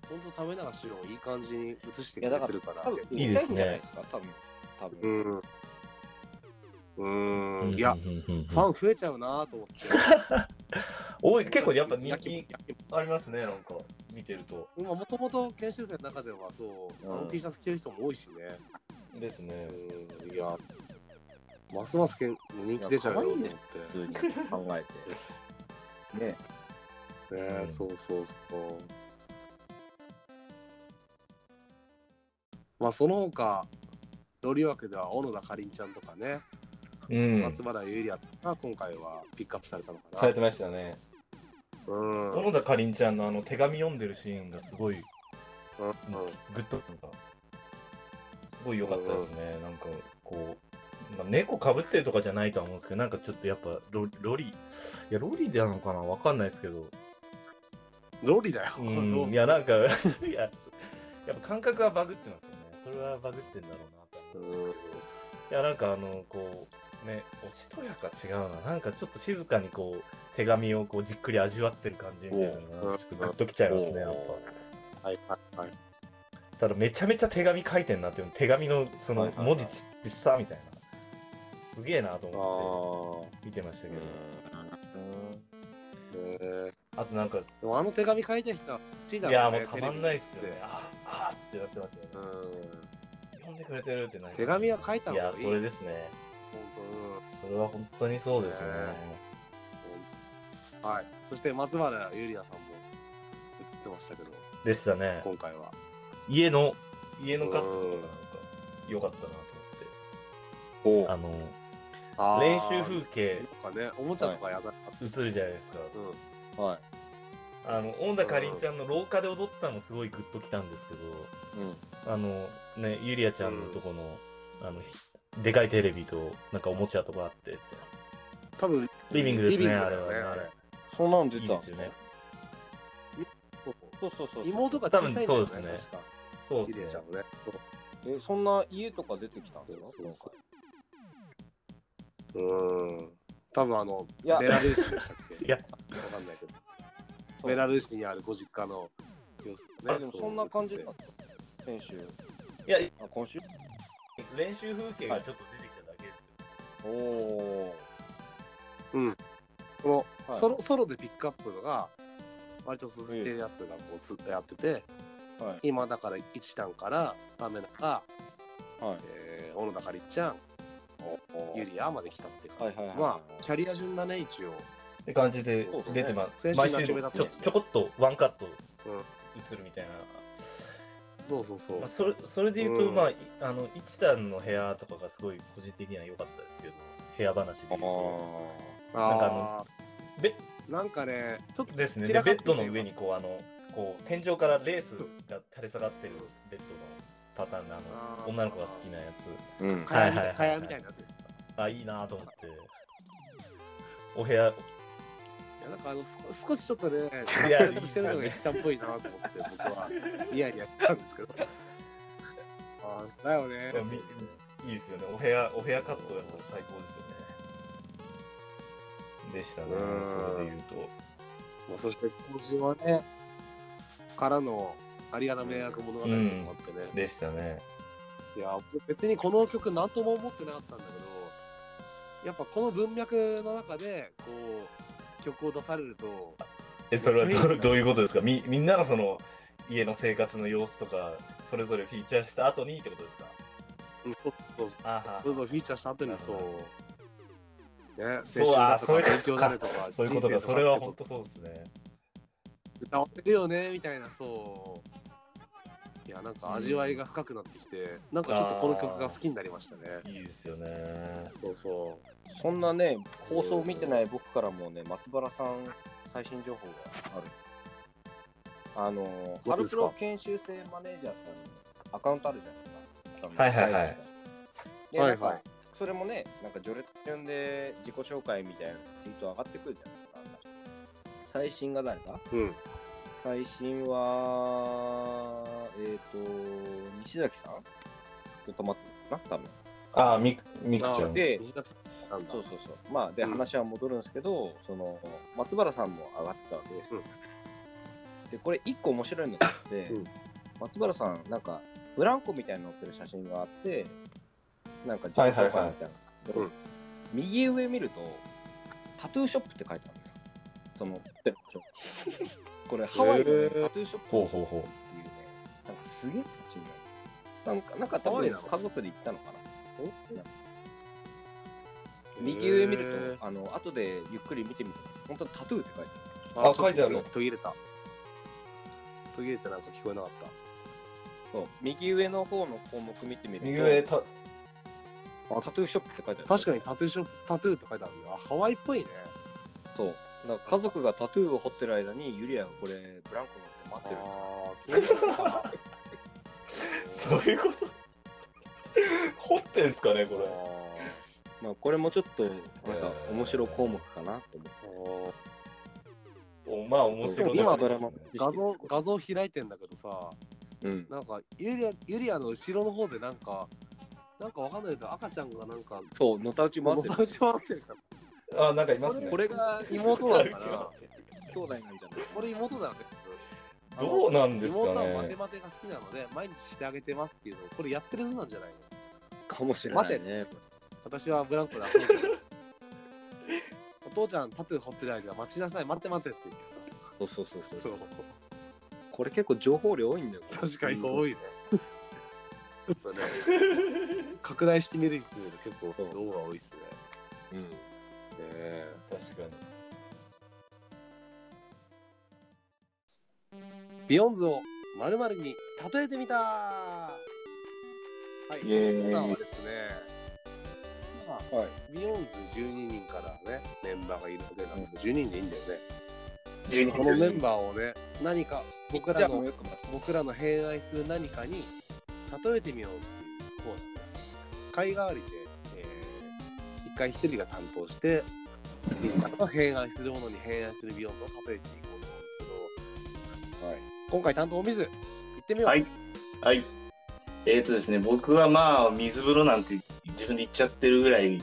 Speaker 3: 本当、為永史郎をいい感じに映して
Speaker 2: い
Speaker 3: く
Speaker 2: やだか
Speaker 3: れて
Speaker 2: ら
Speaker 3: るから。
Speaker 2: 多分
Speaker 1: いいですね
Speaker 2: 似たようなやつか多分多
Speaker 3: う
Speaker 2: 分、
Speaker 3: ん。うーん。い
Speaker 1: うん
Speaker 3: や、
Speaker 1: うんうんうん
Speaker 3: ファン増えちゃうなと思って。
Speaker 1: 多い 結構やっぱ人
Speaker 3: やきも
Speaker 1: 気ありますねなんか見てると
Speaker 3: 今もともと研修生の中ではそう、
Speaker 2: うん
Speaker 3: あの T シャツ着てる人も多いしね。
Speaker 1: ですね
Speaker 3: うん。いや、ますますけん人気出ちゃうよと思って。
Speaker 2: いや普通に考えてね
Speaker 3: ね
Speaker 1: い
Speaker 3: え、
Speaker 1: うん
Speaker 3: そうそうそう。まあ、その他、ロリ枠では小野田かりんちゃんとかね。
Speaker 1: うん
Speaker 3: 松原ゆりやが今回はピックアップされたのかな。
Speaker 1: されてましたね
Speaker 3: うん。う
Speaker 1: 小
Speaker 3: ん
Speaker 1: 野田かりんちゃんのあの手紙読んでるシーンがすごい
Speaker 3: うん
Speaker 1: グッとなんかすごい良かったですねなんかこう、まあ、猫かぶってるとかじゃないとは思うんですけどなんかちょっとやっぱロロリいやロリなのかなわかんないですけど
Speaker 3: ロリだよ。
Speaker 1: う
Speaker 3: ロ
Speaker 1: ん
Speaker 3: リ
Speaker 1: いやなんか いややっぱ感覚はバグってますよねそれはバグってんだろうなと思うんですけどいやなんかあのこうねおしとやか違うななんかちょっと静かにこう手紙をこうじっくり味わってる感じみたいなの
Speaker 3: お
Speaker 1: が
Speaker 3: う
Speaker 1: ちょっとグッときちゃいますねやっ
Speaker 3: はいはいはい。
Speaker 1: ぱただめちゃめちゃ手紙書いてんなっていうの手紙のその
Speaker 2: はいはいはい
Speaker 1: 文字ちっさみたいなすげえなと
Speaker 3: あ
Speaker 1: 思
Speaker 3: あ
Speaker 1: って見てましたけど
Speaker 3: ー。え
Speaker 1: あとなんか
Speaker 3: ーでもあの手紙書いた人は好き
Speaker 1: い
Speaker 3: だ
Speaker 1: や
Speaker 3: ろ
Speaker 1: も
Speaker 3: ね
Speaker 1: うたまんないっすよね。あーあーってなってますよね
Speaker 3: テレビ
Speaker 1: 呼んでくれてるってなり
Speaker 3: うん。
Speaker 1: ます
Speaker 3: 手紙は書いた
Speaker 1: い
Speaker 3: のが
Speaker 1: や
Speaker 3: いい。
Speaker 1: それですね
Speaker 3: 本当うん
Speaker 1: それは本当にそうですね
Speaker 3: ねはい。そして松原ゆりやさんも映ってましたけど、
Speaker 1: でしたね
Speaker 3: 今回は。
Speaker 1: 家の家のカットとかなんか良かったなと思って
Speaker 2: お
Speaker 1: あの
Speaker 3: あー
Speaker 1: 練習風景
Speaker 3: なんかね、おもちゃとかやだった。
Speaker 1: 映るじゃないですか
Speaker 3: うん。
Speaker 2: は
Speaker 1: あの恩田かりんちゃんの廊下で踊ったのもすごいグッときたんですけど
Speaker 2: い、うん、
Speaker 1: あのねゆりやちゃんのとこの,、あのひでかいテレビとなんかおもちゃとかあってって
Speaker 3: 多分
Speaker 1: リビングですね
Speaker 3: リビングだよね、
Speaker 1: あれは
Speaker 3: あ
Speaker 1: ね
Speaker 3: れ。
Speaker 2: そんなの出た
Speaker 1: いいですよね
Speaker 3: そう
Speaker 2: そうそうそう
Speaker 3: 妹が小さいんだよ
Speaker 1: 多分そうですね
Speaker 3: 確か
Speaker 1: そうです
Speaker 3: ゆり
Speaker 1: ね
Speaker 3: やちゃんもね。
Speaker 2: えそんな家とか出てきたんですか
Speaker 3: そうそううん。多分あの、
Speaker 2: いや
Speaker 3: ベラルーシでしたっ
Speaker 1: いや
Speaker 3: けわかんないけど。
Speaker 2: 今回
Speaker 3: ベラルーシにあるご実家の様子
Speaker 2: えでもそんな感じだっ。た先週
Speaker 1: いや
Speaker 2: あ今週
Speaker 1: 練習風景がちょっと出てきただけですよ、
Speaker 2: おお
Speaker 3: この
Speaker 2: ー、はい、
Speaker 3: ソロソロでピックアップのが、割と続いてるやつがこうずっとやってて、
Speaker 2: はい
Speaker 3: 今だから一段から、ダメ中、
Speaker 2: はい
Speaker 3: えー、小野田かりっちゃん、
Speaker 2: おー
Speaker 3: ゆりやまで来たって感じ。
Speaker 2: はいはいはい
Speaker 3: まあ、キャリア順だね、一応。
Speaker 1: って感じで
Speaker 3: そうですね
Speaker 1: 出てます、
Speaker 3: 先週
Speaker 1: 毎
Speaker 3: の
Speaker 1: 週ち
Speaker 3: 初
Speaker 1: ょ
Speaker 3: めだと
Speaker 1: ちょこっとワンカット
Speaker 3: うん
Speaker 1: 映るみたいな、
Speaker 3: そうそうそう
Speaker 1: まあ、。それそれで言うと、
Speaker 3: うん
Speaker 1: まあいあの一段の部屋とかがすごい個人的には良かったですけど部屋話で言うとなんかあの
Speaker 3: あー
Speaker 1: べ
Speaker 3: なんかね、ちょっと
Speaker 1: ですね
Speaker 3: 散
Speaker 1: で
Speaker 3: らか
Speaker 1: ベ
Speaker 3: っ
Speaker 1: ッ
Speaker 3: てて
Speaker 1: ドの上にこうあのこう天井からレースが垂れ下がってるベッドのパターンのあ
Speaker 3: あー
Speaker 1: の女の子が好きなやつ
Speaker 2: うん
Speaker 3: 蚊帳み
Speaker 1: はい
Speaker 3: た
Speaker 1: はいい
Speaker 3: な
Speaker 1: はい
Speaker 3: 蚊帳みたいなやつでし
Speaker 1: あいいなと思ってお部屋
Speaker 3: ょいやなんかあのす少しちょっとね、
Speaker 1: いや
Speaker 3: やしてるのが一段っぽいなと思って、僕はイヤリヤったんですけど。あーだよね。
Speaker 1: みいいですよねお部屋お部屋カットやっぱ最高ですよねでしたね
Speaker 3: うん
Speaker 1: それで言うと
Speaker 3: まあ、そして今週はね、からのありがた迷惑物語とかもあってね。
Speaker 1: でしたね
Speaker 3: いや、別にこの曲何とも思ってなかったんだけど、やっぱこの文脈の中で、こう、曲を出されると、
Speaker 1: え、それは
Speaker 3: めっちゃいい
Speaker 1: どうどういうことですかみみんなのその家の生活の様子とか、それぞれフィーチャーした後にってことですか
Speaker 3: うんそうそうそう
Speaker 1: あは
Speaker 3: そうそうフィーチャーした後にそう。ね、
Speaker 1: そう、あそう
Speaker 3: 青
Speaker 1: い
Speaker 3: 春だと
Speaker 1: うこと
Speaker 3: か、勉強だとか
Speaker 1: か、、そういうこと
Speaker 3: 人
Speaker 1: か、
Speaker 3: 生
Speaker 1: それは
Speaker 3: か
Speaker 1: 本当そうですね。
Speaker 3: 歌ってるよねみたいなそういやなんか味わいが深くなってきて、なんかちょっとこの曲が好きになりましたね
Speaker 1: いいですよね。
Speaker 3: そうそ
Speaker 2: そんなね、放送見てない僕からもね、松原さん、最新情報がある。あの、ハ
Speaker 3: どう
Speaker 2: ル
Speaker 3: です
Speaker 2: プ
Speaker 3: か
Speaker 2: ロ研修生マネージャーさんのアカウントあるじゃないですか。
Speaker 1: はいはいはい
Speaker 2: で。
Speaker 3: はい
Speaker 2: は
Speaker 3: はい
Speaker 2: いはい。それもね、なんか序列順で自己紹介みたいなツイート上がってくるじゃないですか。最新が誰だ
Speaker 3: ううん
Speaker 2: 最新は、えっ、と、西崎さんちょっと待って、なったの
Speaker 1: ああ、みみくちゃ
Speaker 3: あ
Speaker 1: ん。
Speaker 2: で
Speaker 3: 西崎さんなんだ
Speaker 2: そうそうそう。まあ、で、
Speaker 3: うん
Speaker 2: 話は戻るんですけど、その、松原さんも上がってたわけです。
Speaker 3: うん
Speaker 2: で、これ、一個面白いのがあって、
Speaker 3: うん
Speaker 2: 松原さん、なんか、ブランコみたいに乗ってる写真があって、なんか、自己紹介み
Speaker 1: はい
Speaker 2: たいな。
Speaker 1: はい
Speaker 2: で
Speaker 3: うん
Speaker 2: 右上見ると、タトゥーショップって書いてあるんだよ。その、ペットショ ップこれ、ハワイのね、
Speaker 3: へー
Speaker 2: タトゥーショップ
Speaker 1: ほうほうほう。
Speaker 2: っていうね、なんかすげえ立ちななんか、なんか多
Speaker 3: ハワ
Speaker 2: 分
Speaker 3: イなの
Speaker 2: 家族で行ったのかな。なんか右上見る
Speaker 3: へー
Speaker 2: と、あの、後でゆっくり見てみたら、本当にタトゥーって書いて
Speaker 1: あ書いてある
Speaker 3: 途切れた途切れてなんか聞こえなかった
Speaker 2: ある。そう、右上の方の項目見てみると、
Speaker 1: 右上た、
Speaker 2: あタトゥーショップって書いてある。
Speaker 3: 確か
Speaker 2: に。
Speaker 3: にタトゥーショップタトゥーって書いてあるねあハワイっぽいね
Speaker 2: そう。なんか家族がタトゥーを彫ってる間に、ユリアがこれ、ブランコ乗って待ってる。
Speaker 3: あそう
Speaker 1: そうい
Speaker 3: いうことか
Speaker 1: うこと掘ってんすかね、これ。
Speaker 2: まあ、これもちょっと、なんか
Speaker 1: へー
Speaker 2: 面白項目かなと思って。
Speaker 3: おー
Speaker 1: おまあ、面白い。
Speaker 3: でも今
Speaker 2: ドラマ
Speaker 3: 画像画像開いてんだけどさ
Speaker 2: うん。
Speaker 3: なんかユリアユリアの後ろの方でなんかなんかわかんないけど赤ちゃんがなんか
Speaker 2: そう、のたうち回ってる。
Speaker 3: 友達回ってるから
Speaker 1: あ、なんかいますね。
Speaker 2: これが
Speaker 3: 妹なのかな
Speaker 2: 兄弟なんじゃない
Speaker 3: これ妹だよね
Speaker 1: どうなんですかね
Speaker 3: 妹はマテマテが好きなので毎日してあげてますっていうのをこれやってる図なんじゃないの
Speaker 2: かもしれない
Speaker 3: 待
Speaker 2: ね。
Speaker 3: 私はブランコだそうですお父ちゃんタトゥー彫ってる間待ちなさい待って待ってって
Speaker 2: そうそうそう
Speaker 3: 言って
Speaker 2: そ
Speaker 3: さ
Speaker 2: う。
Speaker 3: そう
Speaker 2: これ結構情報量多いんだよ。これ
Speaker 3: 確かに多い ねちょっとね拡大してみるっていうと結構量が多いっすね
Speaker 2: うん。
Speaker 3: ねえ
Speaker 1: 確かに。
Speaker 3: ビヨンズをまるに例えてみたはい、
Speaker 2: イエーイ
Speaker 3: 今はですね、まあ
Speaker 2: はい。
Speaker 3: ビヨンズ12人からね、メンバーがいるわけなんですけど、12人でいいんだよね。
Speaker 2: 12
Speaker 3: このメンバーをね、何か僕
Speaker 2: じゃ
Speaker 3: ら
Speaker 2: あもう
Speaker 3: の
Speaker 2: よく待ち
Speaker 3: 僕らの偏愛する何かに例えてみようっていうコーナーです。会代わりで、えー一回一人が担当して、みんなの偏愛するものに偏愛するビヨンズを例えていこうと思うんですけど、
Speaker 2: はい。
Speaker 3: 今回担当水、行ってみよう。
Speaker 1: はいはい。えっ、とですね、僕はまあ、水風呂なんて自分で言っちゃってるぐらい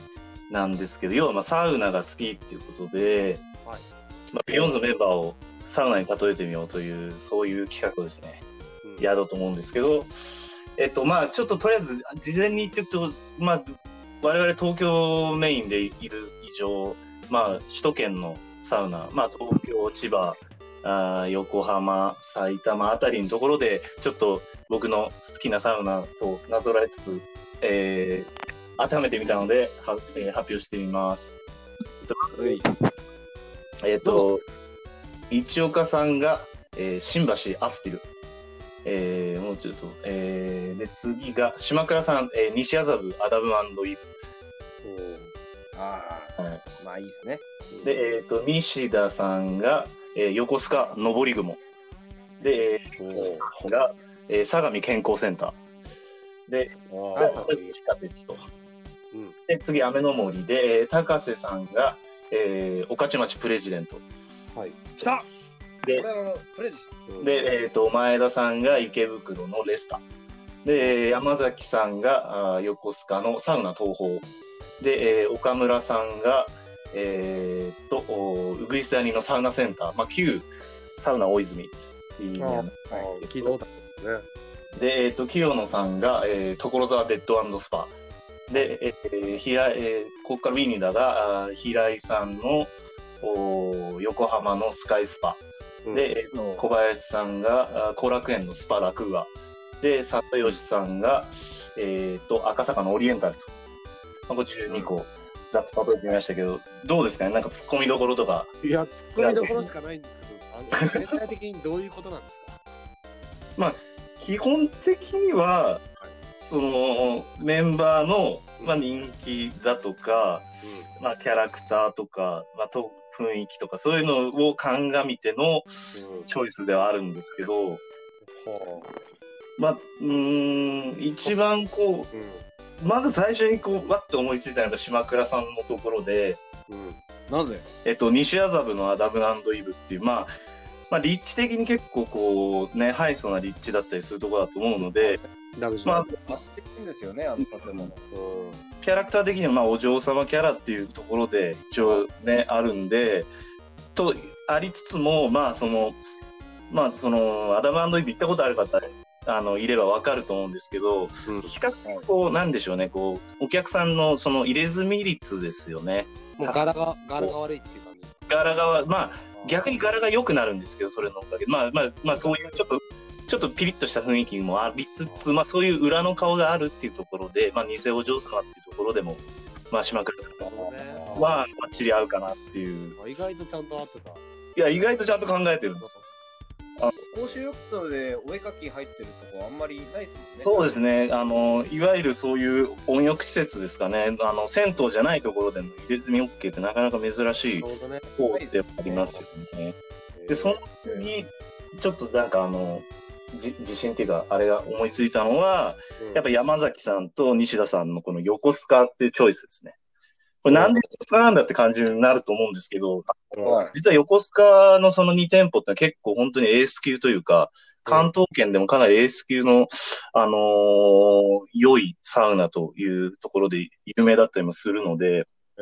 Speaker 1: なんですけど、要はまあサウナが好きっていうことで、
Speaker 3: はい
Speaker 1: まあ、ビヨンズのメンバーをサウナに例えてみようという、そういう企画をですね、
Speaker 3: うん
Speaker 1: やろうと思うんですけど、えっ、とまあ、ちょっととりあえず、事前に言っておくと、まあ、我々東京メインでいる以上、まあ、首都圏のサウナ、まあ、東京、千葉、あー横浜、埼玉あたりのところで、ちょっと僕の好きなサウナとなぞらえつつ、えー、改めてみたので、はえー発表してみます。
Speaker 2: はい。
Speaker 1: えっ、と、一岡さんが、えー新橋アスティル。えーもうちょっと、えーで、次が、島倉さん、えー西麻布アダムイブ。
Speaker 2: あ
Speaker 1: はい
Speaker 2: あ、まあいいですね。
Speaker 1: で、えっ、と、西田さんが、えー横須賀上り雲。で、えー
Speaker 3: おー
Speaker 1: が、えー相模健康センター。で、
Speaker 3: おー
Speaker 1: がこれ地下鉄と。
Speaker 3: うん
Speaker 1: で、次、雨の森で、えー高瀬さんが、えー、御徒町プレジデント。
Speaker 3: はい。
Speaker 2: 来た
Speaker 1: で
Speaker 2: これあの、プレジ
Speaker 1: で、えー、と前田さんが池袋のレスタでえー山崎さんがあー横須賀のサウナ東宝で、えー岡村さんがえー、とおーウグイス谷のサウナセンター、まあ、旧サウナ大泉
Speaker 3: あー聞いたことあるね。
Speaker 1: で、えー、と清野さんが、えー所沢ベッドスパで、えーひらえーここからウィニダがあー平井さんのおー横浜のスカイスパ
Speaker 3: うん
Speaker 1: で、
Speaker 2: うん
Speaker 1: 小林さんがあ後楽園のスパラクーアで里吉さんが、えー、と赤坂のオリエンタルと、まあ、これ12個、ざっと例えてみましたけどどうですかねなんか突っ込みどころとか
Speaker 3: いや、ツッコミどころしかないんですけど、あの全体的にどういうことなんですか
Speaker 1: 基本的にはそのメンバーの、まあ、人気だとか、まあ、キャラクターとか、まあ、と雰囲気とかそういうのを鑑みての
Speaker 3: うん。うん
Speaker 1: チョイスではあるんですけど、
Speaker 3: ほ
Speaker 1: まあ、うーん一番こ
Speaker 3: う。うん。
Speaker 1: うまず最初にこうわって思いついたのが島倉さんのところで、
Speaker 3: うん。
Speaker 2: なぜ
Speaker 1: えっと、西麻布のアダムイブっていう、まあ、まあ立地的に結構こうねハイソな立地だったりするところだと思うので、
Speaker 3: ラグジュ
Speaker 1: ま
Speaker 3: ア
Speaker 1: あ
Speaker 3: リー、
Speaker 2: あってるんですよね、あの建物。
Speaker 3: うん。
Speaker 1: キャラクター的にはまあお嬢様キャラっていうところで一応ねあるんでとありつつもまあそのまあそのアダムイブ行ったことある方あのいればわかると思うんですけど
Speaker 3: うん
Speaker 1: 比較的こうなんでしょうねこうお客さんのその入れ墨率ですよね
Speaker 3: もう柄が、柄が悪いっていう感じ。
Speaker 1: 柄がまあ逆に柄が良くなるんですけどそれのおかげでまあまあまあそういうちょっとちょっとピリッとした雰囲気もありつつまあそういう裏の顔があるっていうところでまあ偽お嬢様っていうところでもまあ島倉さん
Speaker 3: なるほどね。
Speaker 1: はバッチリ合うかなっていう
Speaker 3: 意外とちゃんと合ってた。
Speaker 1: いや意外とちゃんと考えてるんですよ
Speaker 2: 公衆浴槽でお絵描き入ってるとこあんまりないですもんね。
Speaker 1: そうです
Speaker 2: ね。
Speaker 1: ねあのいわゆるそういう温浴施設ですかねあの銭湯じゃないところでの入れ墨 OK ってなかなか珍し
Speaker 3: ないるほどね。
Speaker 1: 方ではありますよねでその次ちょっとなんかあのじ自信っていうかあれが思いついたのはやっぱ
Speaker 3: り、
Speaker 1: 山崎さんと西田さんのこの横須賀っていうチョイスですね。これなんで横須賀なんだって感じになると思うんですけど、
Speaker 2: はい。
Speaker 1: 実は横須賀のその2店舗ってのは結構本当にエース級というか、関東圏でもかなりエース級の、あのー良いサウナというところで有名だったりもするので、
Speaker 3: え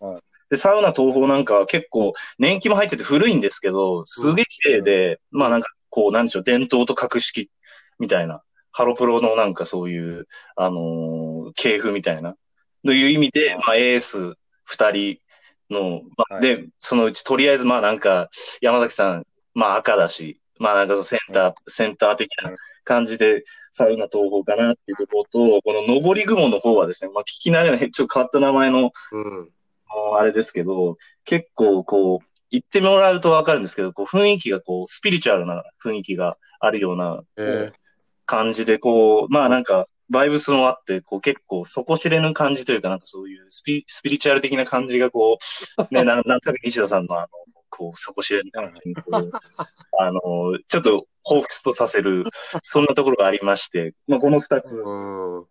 Speaker 3: ー
Speaker 1: で、サウナ東宝なんかは結構年季も入ってて古いんですけど、すげえ綺麗で、まあなんかこうなんでしょう、伝統と格式みたいな、ハロプロのなんかそういう、あのー系譜みたいな、という意味で、まあエース二人の、まあ
Speaker 2: はい
Speaker 1: で、そのうちとりあえずまあなんか山崎さん、まあ赤だし、まあなんかそのセンター、センター的な感じでサウナ東宝かなっていうところと、この上り雲の方はですね、まあ聞き慣れない、ちょっと変わった名前の
Speaker 3: うん。
Speaker 1: もうあれですけど、結構こう、言ってもらうとわかるんですけど、こう雰囲気がこう、スピリチュアルな雰囲気があるような
Speaker 3: え
Speaker 1: 感じで、こう、まあなんか、バイブスもあって、こう結構底知れぬ感じというか、なんかそういうスピスピリチュアル的な感じがこう、ね、ななんとなく西田さんのあの、こう、底知れぬ感じにこう、あの、ちょっと彷彿とさせる、そんなところがありまして、まあこの二つ
Speaker 3: ー、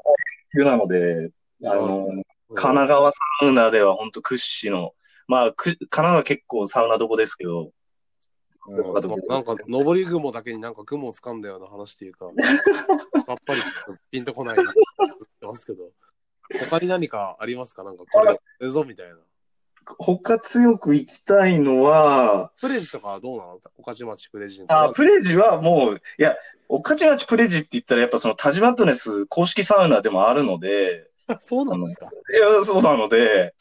Speaker 1: 級なので、あの、
Speaker 3: うん。
Speaker 1: 神奈川サウナでは本当屈指の、まあ、く神奈川結構サウナどこですけど、
Speaker 2: うん
Speaker 1: 川と
Speaker 3: なんか、上り雲だけになんか雲を掴んだような話っていうか、 やっぱりちょっとピンとこないなって思ってますけど、他に何かありますかなんかこれ、これぞみたいな。
Speaker 1: 他強く行きたいのは、
Speaker 3: プレジとかはどうなの御徒町プレジの。
Speaker 1: あプレジはもう、いや、御徒町プレジって言ったら、やっぱそのタジマットネス公式サウナでもあるので、
Speaker 3: そうなんですか
Speaker 1: いや、そうなので、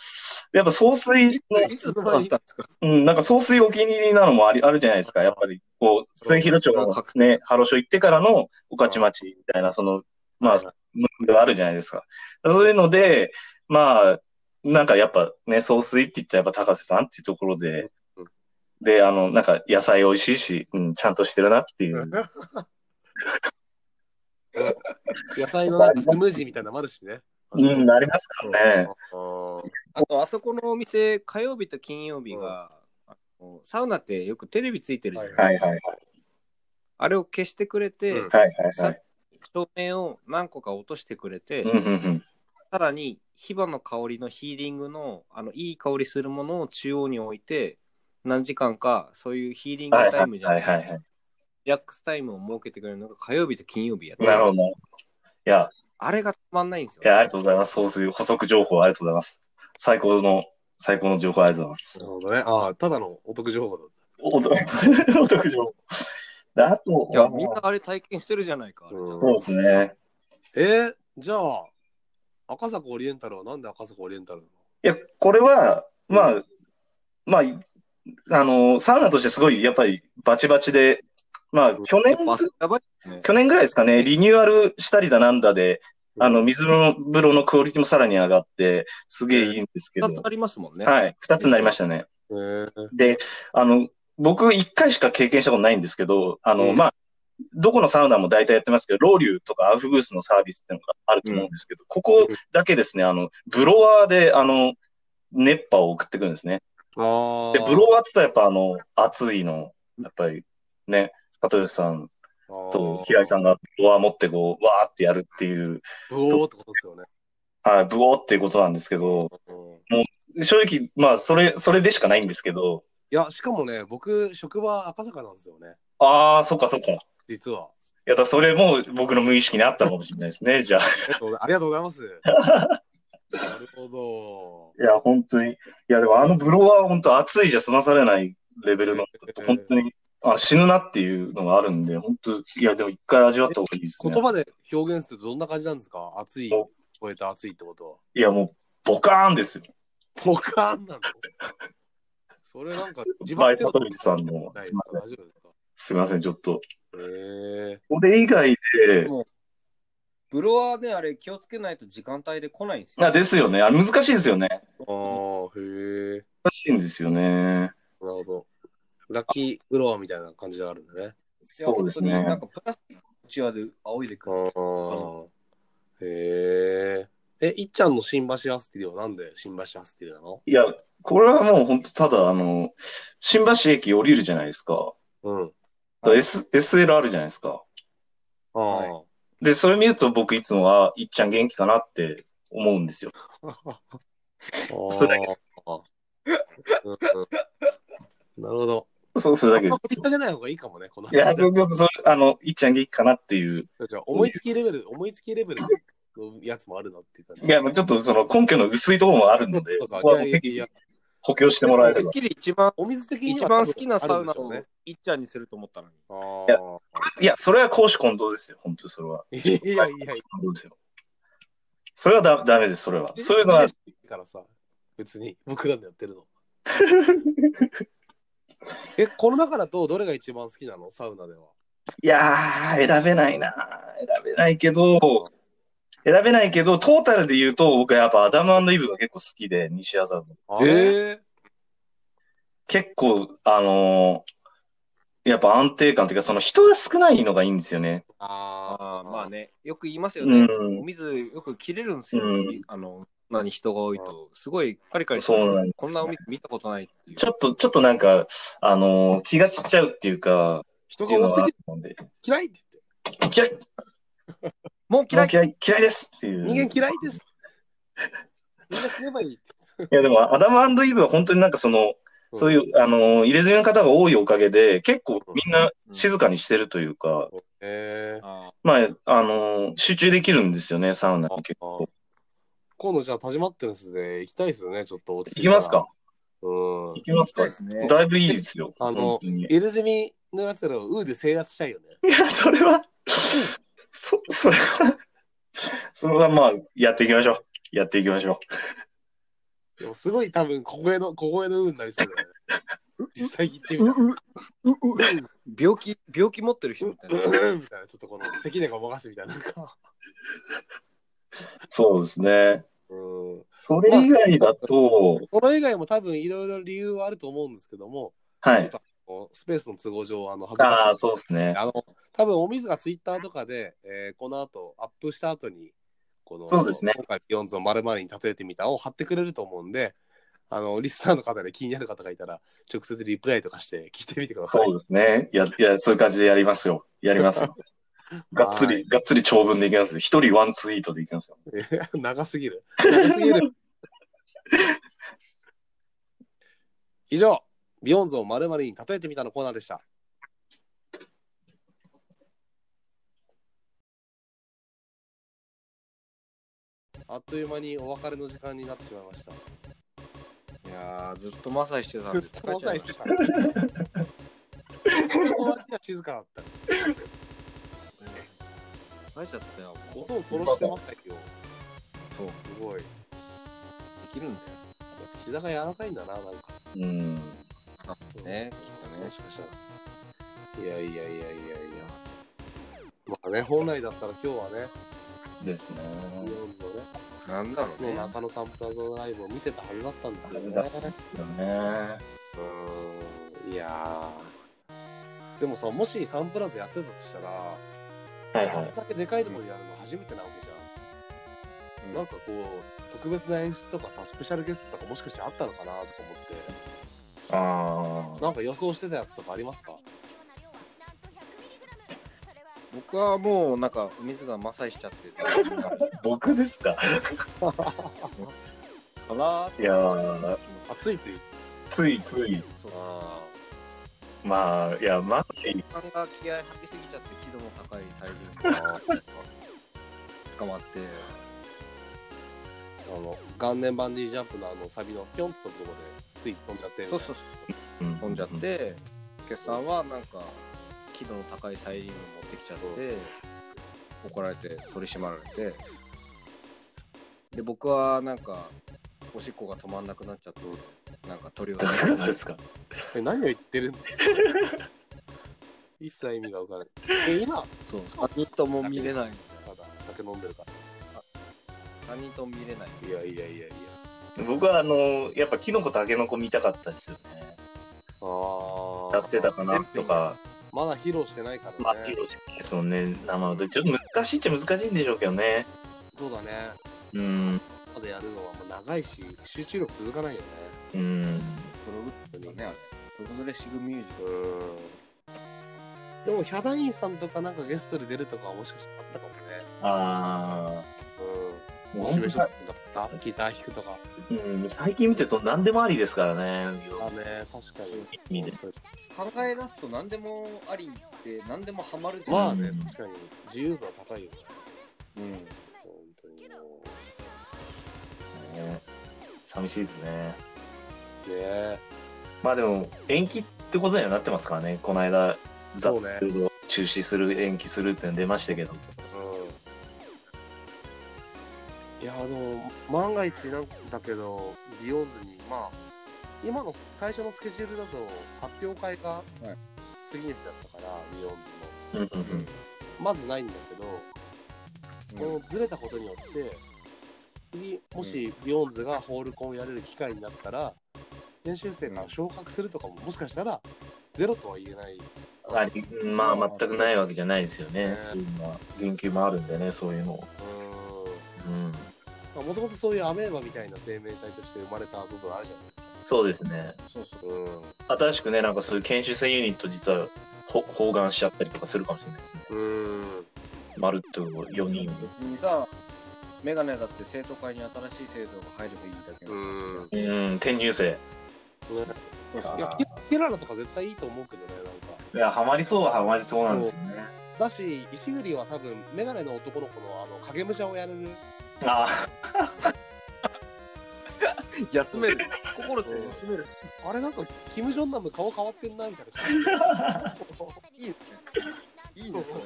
Speaker 1: やっぱ総水の、
Speaker 3: いつの
Speaker 2: あ
Speaker 3: 間
Speaker 2: っ
Speaker 3: に
Speaker 2: たんですか
Speaker 1: うん、なんか総水お気に入りなのもありあるじゃないですか、やっぱり、こう、末広町のね、ハロショ行ってからの御徒町みたいな、その、まあ、ムーブがあるじゃないですか。そういうので、まあ、なんかやっぱね、総帥って言ったらやっぱ高瀬さんっていうところで
Speaker 3: うん、
Speaker 1: で、あの、なんか野菜美味しいし、うん、ちゃんとしてるなっていう。
Speaker 3: 野菜のなんかスムージーみたいなのもあるしね。
Speaker 1: うん、ありますからね。
Speaker 3: うん
Speaker 2: あと、あそこのお店、火曜日と金曜日が、あのサウナってよくテレビついてるじゃないですか。
Speaker 1: はいはいはい。
Speaker 2: あれを消してくれて、
Speaker 3: うん
Speaker 1: はいはいはい。
Speaker 2: 照明を何個か落としてくれて、
Speaker 1: うんうんうん。
Speaker 2: さらにヒバの香りのヒーリングのあのいい香りするものを中央に置いて何時間かそういうヒーリング
Speaker 1: はい
Speaker 2: タイムじゃな
Speaker 1: はいい
Speaker 2: ですか
Speaker 1: はいはい。
Speaker 2: リラックスタイムを設けてくれるのが火曜日と金曜日やって
Speaker 1: なるほど。いや、
Speaker 2: あれがたまんないんですよ
Speaker 1: いや、ありがとうございます。総帥補足情報ありがとうございます。最高の、最高の情報ありがとうございます。
Speaker 3: なるほどね。ああ、ただのお得情報だっ
Speaker 1: お得お得 情報。であと、
Speaker 2: いやみんなあれ体験してるじゃないか、あ
Speaker 3: た。
Speaker 2: れ
Speaker 3: うん
Speaker 1: そうですね。
Speaker 3: えーじゃあ、赤坂オリエンタルはなんで赤坂オリエンタルない
Speaker 1: や、これは、まあ、まあ、あの、サウナとしてすごい、やっぱりバチバチで、まあ、去年
Speaker 2: やっ、ぱ汗やばいですね。
Speaker 1: 去年ぐらいですかね、リニューアルしたりだなんだで、あの、水風呂のクオリティもさらに上がって、すげえいいんですけど
Speaker 2: 2。つありますもんね。い。
Speaker 1: はい、二つになりましたね。
Speaker 3: えー、
Speaker 1: で、あの、僕一回しか経験したことないんですけど、あの、
Speaker 2: うん
Speaker 1: まあ、どこのサウナも大体やってますけど、ロウリュとかアウフグースのサービスっていうのがあると思うんですけど、ここだけですね、あの、ブロワーで、あの、熱波を送ってくるんですね。
Speaker 3: あ
Speaker 1: で、ブロワーって言ったらやっぱあの、熱いの、やっぱりね、里吉さん
Speaker 3: ー
Speaker 1: と平井さんがブロワー持ってこう、わーってやるっていう、
Speaker 3: ブオーってことですよね。
Speaker 1: はい、ブオーっていうことなんですけど、
Speaker 3: うん
Speaker 1: 正直、まあ、それ、それでしかないんですけど、
Speaker 3: いや、しかもね、僕、職場赤坂なんですよね、
Speaker 1: あー、そっかそっか。
Speaker 3: 実は。
Speaker 1: いや、だからそれも僕の無意識にあったのかもしれないです ね、じゃあ。
Speaker 3: えっとありがとうございます。 なるほ
Speaker 1: いや、本当に。いや、でもあのブロワーは本当暑いじゃ済まされないレベルの、本当にあ死ぬなっていうのがあるんで、本当、いや、でも一回味わった方がいいです
Speaker 3: ど。
Speaker 1: ね
Speaker 3: 言。葉で表現するとどんな感じなんですか熱い、
Speaker 1: お
Speaker 3: 超えた熱いってことは。
Speaker 1: いや、もう、ボカーンですよ。
Speaker 3: ポカーンなのそれなんか、自
Speaker 1: バイ
Speaker 3: で
Speaker 1: サ
Speaker 3: は
Speaker 1: トリスさんの
Speaker 3: ないで
Speaker 1: すい
Speaker 3: す
Speaker 1: ません
Speaker 3: 大丈夫ですか
Speaker 1: すみません、ちょっと。
Speaker 3: へえ
Speaker 1: これ以外で、
Speaker 2: ブロワーね、あれ気をつけないと時間帯で来ないんですよ。
Speaker 1: あですよね。あ難しいですよね。
Speaker 3: あー、へえ
Speaker 1: 難しいんですよね。
Speaker 3: なるほど。ラッキーフロアみたいな感じがあるんだね。
Speaker 2: いや
Speaker 1: そうです
Speaker 2: 本当にな
Speaker 1: ね
Speaker 2: ん。かプラスチックのチワで仰いでく
Speaker 3: あ
Speaker 2: る。
Speaker 3: ーへえ。え、いっちゃんの新橋アスティルはなんで新橋アスティルなの
Speaker 1: いや、これはもう本当、ただ、あの、新橋駅降りるじゃないですか。
Speaker 3: うん。
Speaker 1: だから S、SL あるじゃないですか。
Speaker 3: ああ。
Speaker 2: はい
Speaker 1: で、それ見ると僕いつもは、いっちゃん元気かなって思うんですよ。それだ
Speaker 3: け。うんうんなるほど。
Speaker 1: そう、それだけ
Speaker 3: あ
Speaker 1: で
Speaker 3: んま掘り
Speaker 1: す。
Speaker 3: 下げない方 がいいかもね、この
Speaker 1: いや、そうそうそう、あの、いっちゃん元気かなっていう。
Speaker 3: じゃあ思いつきレベル、思いつきレベルのやつもあるなっていう感じ。
Speaker 1: いや、まあちょっとその根拠の薄いところもあるので、
Speaker 3: そうか
Speaker 1: そこはもう
Speaker 3: いやい
Speaker 1: 適
Speaker 3: やいや
Speaker 1: 宜補強してもらえれ
Speaker 2: てっ
Speaker 1: ば。
Speaker 2: きり一番、
Speaker 3: お水的には
Speaker 2: 一番好きなサウナ
Speaker 3: 多
Speaker 2: を
Speaker 3: 分
Speaker 2: いっちゃんにすると思ったのに。
Speaker 3: あるんでしょ
Speaker 1: いや、それは公私混同ですよ、本当にそれは。
Speaker 3: うねあー。いやいやいや。
Speaker 1: 混同ですよ。それはだダメです、それは。そういうのは、。
Speaker 3: からさ、別に僕らのやってるの。 え、この中だとどれが一番好きなのサウナでは。
Speaker 1: いやー、選べないな。選べないけど、選べないけど、トータルで言うと、僕はやっぱアダムイブが結構好きで、西麻布。
Speaker 3: あれ
Speaker 2: え
Speaker 1: 結構、あのーやっぱ安定感というか、その人が少ないのがいいんですよね。
Speaker 3: あ
Speaker 2: あーまあ
Speaker 3: ね。
Speaker 2: ね、よく言いますよ
Speaker 1: う
Speaker 2: ね。
Speaker 1: ん
Speaker 2: お。水よく切れるんですよ。
Speaker 1: うん
Speaker 2: あの、なに人が多いと。すごいカリカリして
Speaker 1: そうなんで
Speaker 2: こんなお水見たことないっていう。
Speaker 1: ちょっと、ちょっとなんか、あのー気が散っちゃうっていうか、
Speaker 3: 人
Speaker 1: っていう
Speaker 3: が
Speaker 1: の
Speaker 3: 多す
Speaker 1: があ
Speaker 3: ぎ
Speaker 1: る
Speaker 3: て
Speaker 1: ので、
Speaker 3: 嫌いって
Speaker 1: 嫌い、
Speaker 2: もう嫌
Speaker 1: 嫌
Speaker 2: い
Speaker 1: い、嫌い、嫌いですっていう。
Speaker 3: 言って。人間嫌い
Speaker 1: い
Speaker 3: です。みんな死ねばいい。。
Speaker 1: や、でも、アダムイブは本当になんかその、そういうう、あのー入れ墨の方が多いおかげで、結構みんな静かにしてるというか、
Speaker 3: えー
Speaker 2: あ
Speaker 1: まあ、あのー集中できるんですよね、サウナに結
Speaker 3: あ
Speaker 1: 構。
Speaker 3: 今度じゃあ、田島ってるんですね。行きたいですよね、ちょっと落ち
Speaker 1: 行きますか
Speaker 3: うん
Speaker 1: 行。きます
Speaker 2: そ
Speaker 1: か
Speaker 2: うですね。
Speaker 1: だいぶいいですよ。
Speaker 3: あの
Speaker 1: 本当に
Speaker 3: エルゼミのやつらをウーで制圧したいよね。
Speaker 1: いや、それは、そ、それは、それはまあ、やっていきましょう。やっていきましょ
Speaker 3: でもすごい多分、小声の、小声のウーになりそう だよね。実際行ってみ
Speaker 2: う
Speaker 3: たら。
Speaker 2: ううう病気、病気持ってる人みたいな。
Speaker 3: みたいな、ちょっとこの関根が任すみたいな、なんか。
Speaker 1: う。そうですね。
Speaker 3: うん。
Speaker 1: それ以外だと、
Speaker 3: これ以外も多分いろいろ理由はあると思うんですけども、
Speaker 1: は
Speaker 3: ちょっ
Speaker 1: い。
Speaker 3: とあのスペースの都合上、あの、省
Speaker 1: あ
Speaker 3: か
Speaker 1: あ、そうですね
Speaker 3: せ。あの、多分お水がツイッターとかで、えーこの後、アップした後に、この、
Speaker 1: そうですね
Speaker 3: 今回、ビヨンズを丸々に例えてみたを貼ってくれると思うんで、あの、リスナーの方で気になる方がいたら、直接リプライとかして聞いてみてください。
Speaker 1: そうですね。や、いや、そういう感じでやりますよ。やります。がっつり、がっつり長文でいきますよ。一人ワンツイートでいきますよ。
Speaker 3: 長すぎる。長すぎる。以上、ビヨンズをまるに例えてみたのコーナーでした。あっという間にお別れの時間になってしまいました。
Speaker 2: いやーずっとマサイしてたんで。
Speaker 3: ずっとマサイして た。この秋は静かだった。
Speaker 2: 疲れちゃったよ。もう
Speaker 3: 音を殺してましたよ。
Speaker 2: そう、
Speaker 3: すごい。
Speaker 2: できるんだよ。
Speaker 3: 膝が柔らかいんだな、なんか。
Speaker 1: うん。
Speaker 2: なんね、きっとね
Speaker 3: も。しかしたら。いやいやいやいやいや。まあね、本来だったら今日はね、
Speaker 1: ですね。
Speaker 3: イオンズのね、
Speaker 2: なんだろ
Speaker 3: 初
Speaker 2: う
Speaker 3: の
Speaker 2: ね。
Speaker 3: 中野サンプラザのライブを見てたはずだったんですけど
Speaker 1: はよ
Speaker 3: ね。
Speaker 1: ね。
Speaker 3: うーん、いやー。でもさ、もしサンプラザやってたとしたら、
Speaker 1: はい
Speaker 3: こんだけでかいところでやるの初めてなわけじゃん。なんかこう、特別な演出とかさ、スペシャルゲストとかもしかしてあったのかなとか思って、
Speaker 1: あ
Speaker 3: なんか予想してたやつとかありますか
Speaker 2: 僕はもうなんか水が麻痺しちゃってる。
Speaker 1: あ。僕ですか。
Speaker 2: かなーって
Speaker 1: いやー
Speaker 3: あ、ついつい。
Speaker 1: ついつい。
Speaker 2: そう
Speaker 3: あ
Speaker 1: まあ、いや、まあ、
Speaker 2: 感が気合い吐きすぎちゃって輝度も高い最 上に捕まって
Speaker 3: ーあの、元年バンディージャンプのあの、サビのピョンってところで、つい飛んじゃって。
Speaker 2: そうそうそう飛んじゃっ。て決算はなんか輝度の高いサイリウム持ってきちゃって怒られて取り締まられてで僕はなんかおしっこが止まんなくなっちゃってなんか取り寄せ
Speaker 1: そうですか。
Speaker 3: え、何を言ってるんですか一切意味がわからない。え、今、
Speaker 2: そう3人とも見れない
Speaker 3: まだ酒飲んでるか
Speaker 2: 3人とも見れない
Speaker 3: ら。いやいやいやいや。
Speaker 1: 僕はあの、やっぱキノコタケノコ見たかったですよね。
Speaker 3: ああ。
Speaker 1: やってたかなとか、
Speaker 3: まだ披露してないからね。
Speaker 1: まあ、披露してないですもんね、生で。ちょっと難しいっちゃ難しいんでしょうけどね。
Speaker 3: そうだね。
Speaker 1: うん、
Speaker 3: まだやるのはもう長いし、集中力続かないよね。
Speaker 1: うん。
Speaker 2: プログッドにねあれプログレッシブミュージック
Speaker 3: うん。でも、ヒャダインさんとかなんかゲストで出るとかはもしかしたらあったかもね。
Speaker 1: ああ、
Speaker 3: うん。
Speaker 1: もう
Speaker 3: モチ
Speaker 1: 本
Speaker 3: ベー
Speaker 1: 当
Speaker 3: ション
Speaker 1: さ、
Speaker 3: とかさ、ギター弾くとか。
Speaker 1: うん、最近見てると何でもありですからね。
Speaker 3: あね、確かに。
Speaker 1: 意味で
Speaker 2: 考え出すと何でもありって何でもハマるじゃん
Speaker 3: まあね
Speaker 1: うん、
Speaker 3: 確かに。自由度は高いよね。
Speaker 2: うん
Speaker 3: 本当にもう。
Speaker 1: ね寂しいですね。
Speaker 3: ねえ。
Speaker 1: まあでも、延期ってことにはなってますからね。この間、ザ・
Speaker 3: そう
Speaker 1: フ
Speaker 3: ね
Speaker 1: ードを中止する、延期するっての出ましたけど。
Speaker 3: うんいやでも万が一なんだけどビヨンズにまあ今の最初のスケジュールだと発表会が
Speaker 2: い
Speaker 3: 次の日だったから、ビヨンズ
Speaker 1: うんうんうん
Speaker 3: のまずないんだけど、
Speaker 2: うん
Speaker 3: このずれたことによって次もしビヨンズがホールコンやれる機会になったら練習生から昇格するとかももしかしたらゼロとは言えない
Speaker 1: ありまあ全くないわけじゃないですよね、
Speaker 3: ね
Speaker 1: そういうのは言及もあるんでねそういうのうん
Speaker 3: もともとそういうアメーバみたいな生命体として生まれた部分あるじゃないですか。
Speaker 1: そうですね
Speaker 2: そうそう
Speaker 3: うん
Speaker 1: 新しくねなんかそういう研修生ユニット実はほ包含しちゃったりとかするかもしれないですね
Speaker 3: うーん。
Speaker 1: まるっと4人
Speaker 2: 別にさメガネだって生徒会に新しい制度が入ればいいだけ
Speaker 3: うん
Speaker 1: うん転入生
Speaker 3: いや、ケララとか絶対いいと思うけどね、なん
Speaker 1: いやハマりそうはハマりそうなんですよね
Speaker 3: か。だし、石栗は多分、メガネの男の子のあの影武者をやれる。
Speaker 1: あ
Speaker 2: 休める心
Speaker 3: で休
Speaker 2: める
Speaker 3: あれなんか、キム・ジョンナム顔変わってんなみたいな。
Speaker 2: いいねいいねそれ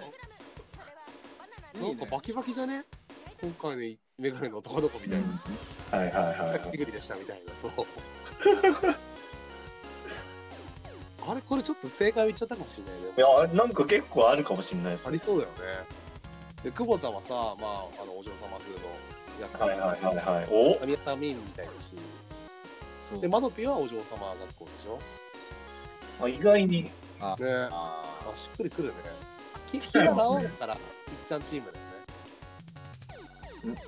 Speaker 3: なんかバキバキじゃね今回のメガネの男の子みたいな。
Speaker 1: あはいはいはいはい
Speaker 3: 石栗でしたみたいな、そう。 あれこれちょっと正解を言っちゃったかもしれないね。
Speaker 1: いやなんか結構あるかもしれないです
Speaker 3: ありそうだよね。で、久保田はさ、まあ、あのお嬢様風のやつ
Speaker 1: はいはいはいはいお
Speaker 3: アミタミームみたいだし。
Speaker 2: そう
Speaker 3: で、マノピはお嬢様学校でしょ
Speaker 1: あ意外に
Speaker 3: ねあ、
Speaker 2: あ
Speaker 3: しっくりくるね。き、
Speaker 1: き
Speaker 3: キ
Speaker 1: て
Speaker 3: ラ
Speaker 1: ますね
Speaker 3: ラはだから、いっちゃんチームだよね。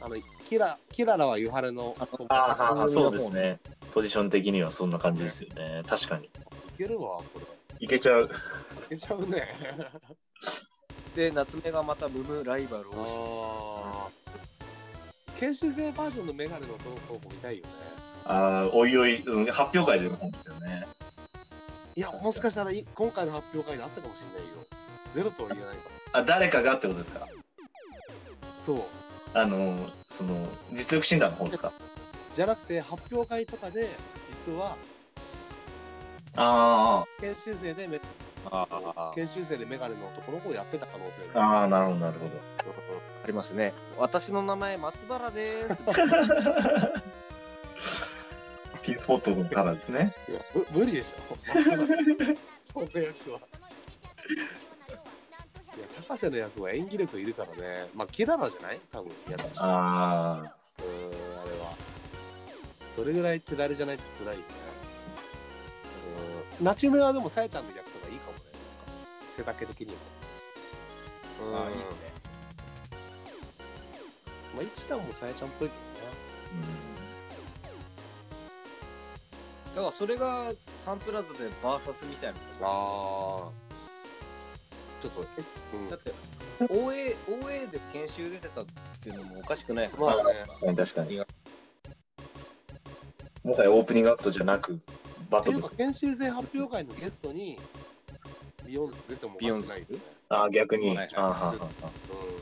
Speaker 3: あの、キラ、キララはユハルの。
Speaker 1: あーはーはーそう
Speaker 3: で
Speaker 1: ですねポジション的にはそんな感じですよね確かに
Speaker 3: いけるわ、これ。
Speaker 1: いけちゃう
Speaker 3: いけちゃうね。
Speaker 2: ーで夏目がまたムムライバルを
Speaker 3: ああ。研修生バージョンのメガネの投稿も見たいよね。
Speaker 1: ああ、おいおい、うん、発表会でもなんですよね。
Speaker 3: いや、もしかしたらい今回の発表会であったかもしれないよ。ゼロとは言えないか
Speaker 1: あ、誰かがってことですか。
Speaker 3: ら。そう。
Speaker 1: あのー、その実力診断の方ですか。
Speaker 3: じゃなくて、発表会とかで、実は、
Speaker 1: あ
Speaker 3: 研修生でメ
Speaker 2: あ
Speaker 3: 研修生でメガネの男の子をやってた可能性
Speaker 1: あ、
Speaker 3: が
Speaker 1: ああ、なるほど、なるほ
Speaker 2: あります ね私の名前松原です
Speaker 1: ど。 P スポットからですね。
Speaker 3: いやむ無理でしょこの役はいや高瀬の役は演技力いるからねまあキララじゃない多分やってた人うーんあ
Speaker 1: ああ、
Speaker 3: れはそれぐらい手だれじゃないと辛いよねうーんナチュメはでもさえちゃんの役とかいいかもねなんか背丈的にもうーん
Speaker 5: あいいですね。
Speaker 3: まあ一段もさえちゃんっぽいけ
Speaker 2: だからそれがサンプラザでバーサスみたいな
Speaker 3: どねああちょっとえうん
Speaker 2: だって OA, OA で研修出てたっていうのもおかしくない
Speaker 3: まあね
Speaker 1: うん、確かに確かに。もはやオープニングアクトじゃなく、バ
Speaker 3: って
Speaker 1: ト
Speaker 3: い
Speaker 1: ル
Speaker 3: うか。研修生発表会のゲストにビヨンズ出てもおかしくないよね
Speaker 1: ああ、逆に。
Speaker 2: はい
Speaker 1: あ
Speaker 2: は
Speaker 1: ー
Speaker 2: い
Speaker 1: はーはーはー
Speaker 3: うんい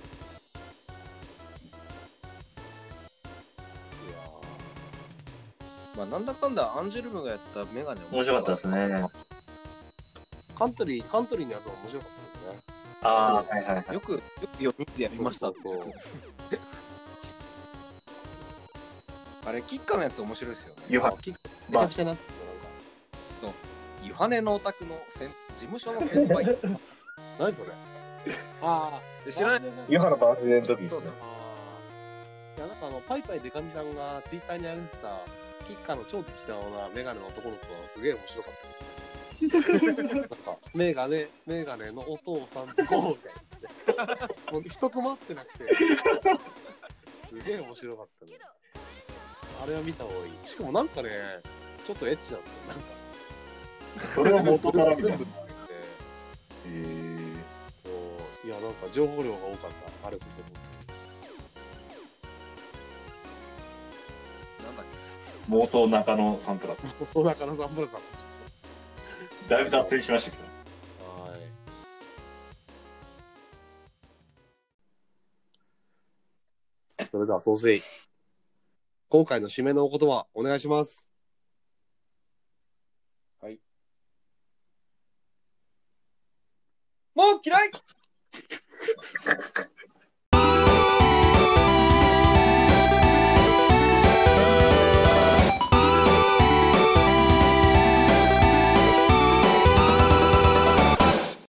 Speaker 3: や
Speaker 2: まあ、なんだかんだアンジュルムがやったメガネ
Speaker 1: 面白かったですね。
Speaker 3: ーカントリーカントリーのやつも面白かったよね
Speaker 1: ああー、はいはいはい。
Speaker 2: よくよく4人でやりましたって
Speaker 3: そうそう
Speaker 2: あれキッカのやつ面白いですよね
Speaker 1: ユハ
Speaker 3: あキックめ
Speaker 1: バ
Speaker 3: ちゃ
Speaker 1: ー
Speaker 3: くちゃなって
Speaker 2: ユハネのお宅の先事務所の先 輩
Speaker 3: たなんか何それああ
Speaker 2: 知らない
Speaker 3: ない
Speaker 1: ユハのバースデーの時です
Speaker 2: そ
Speaker 1: ね
Speaker 2: う。そ
Speaker 3: いやなんかあのパイパイデカミさんがツイッターに上げてたキッカーの超適当なメガネの男の子がすげえ面白かった。なんかメガネメガネのお父さんズゴーみたいな。もう一つも合ってなくて。すげえ面白かったね。あれは見た方がいい。しかもなんかね、ちょっとエッチなんですよ。なんか
Speaker 1: それは元から みたいな。
Speaker 3: 全部
Speaker 1: へー
Speaker 3: こういやなんか情報量が多かった。あれこそ本当に。
Speaker 2: なんだっ
Speaker 1: 妄想中野サンプラザ。
Speaker 3: そうそうだからサンプラザ。
Speaker 1: だいぶ脱線しましたけど。
Speaker 3: はい。それでは、総帥。今回の締めのお言葉、お願いします。
Speaker 2: けもう嫌い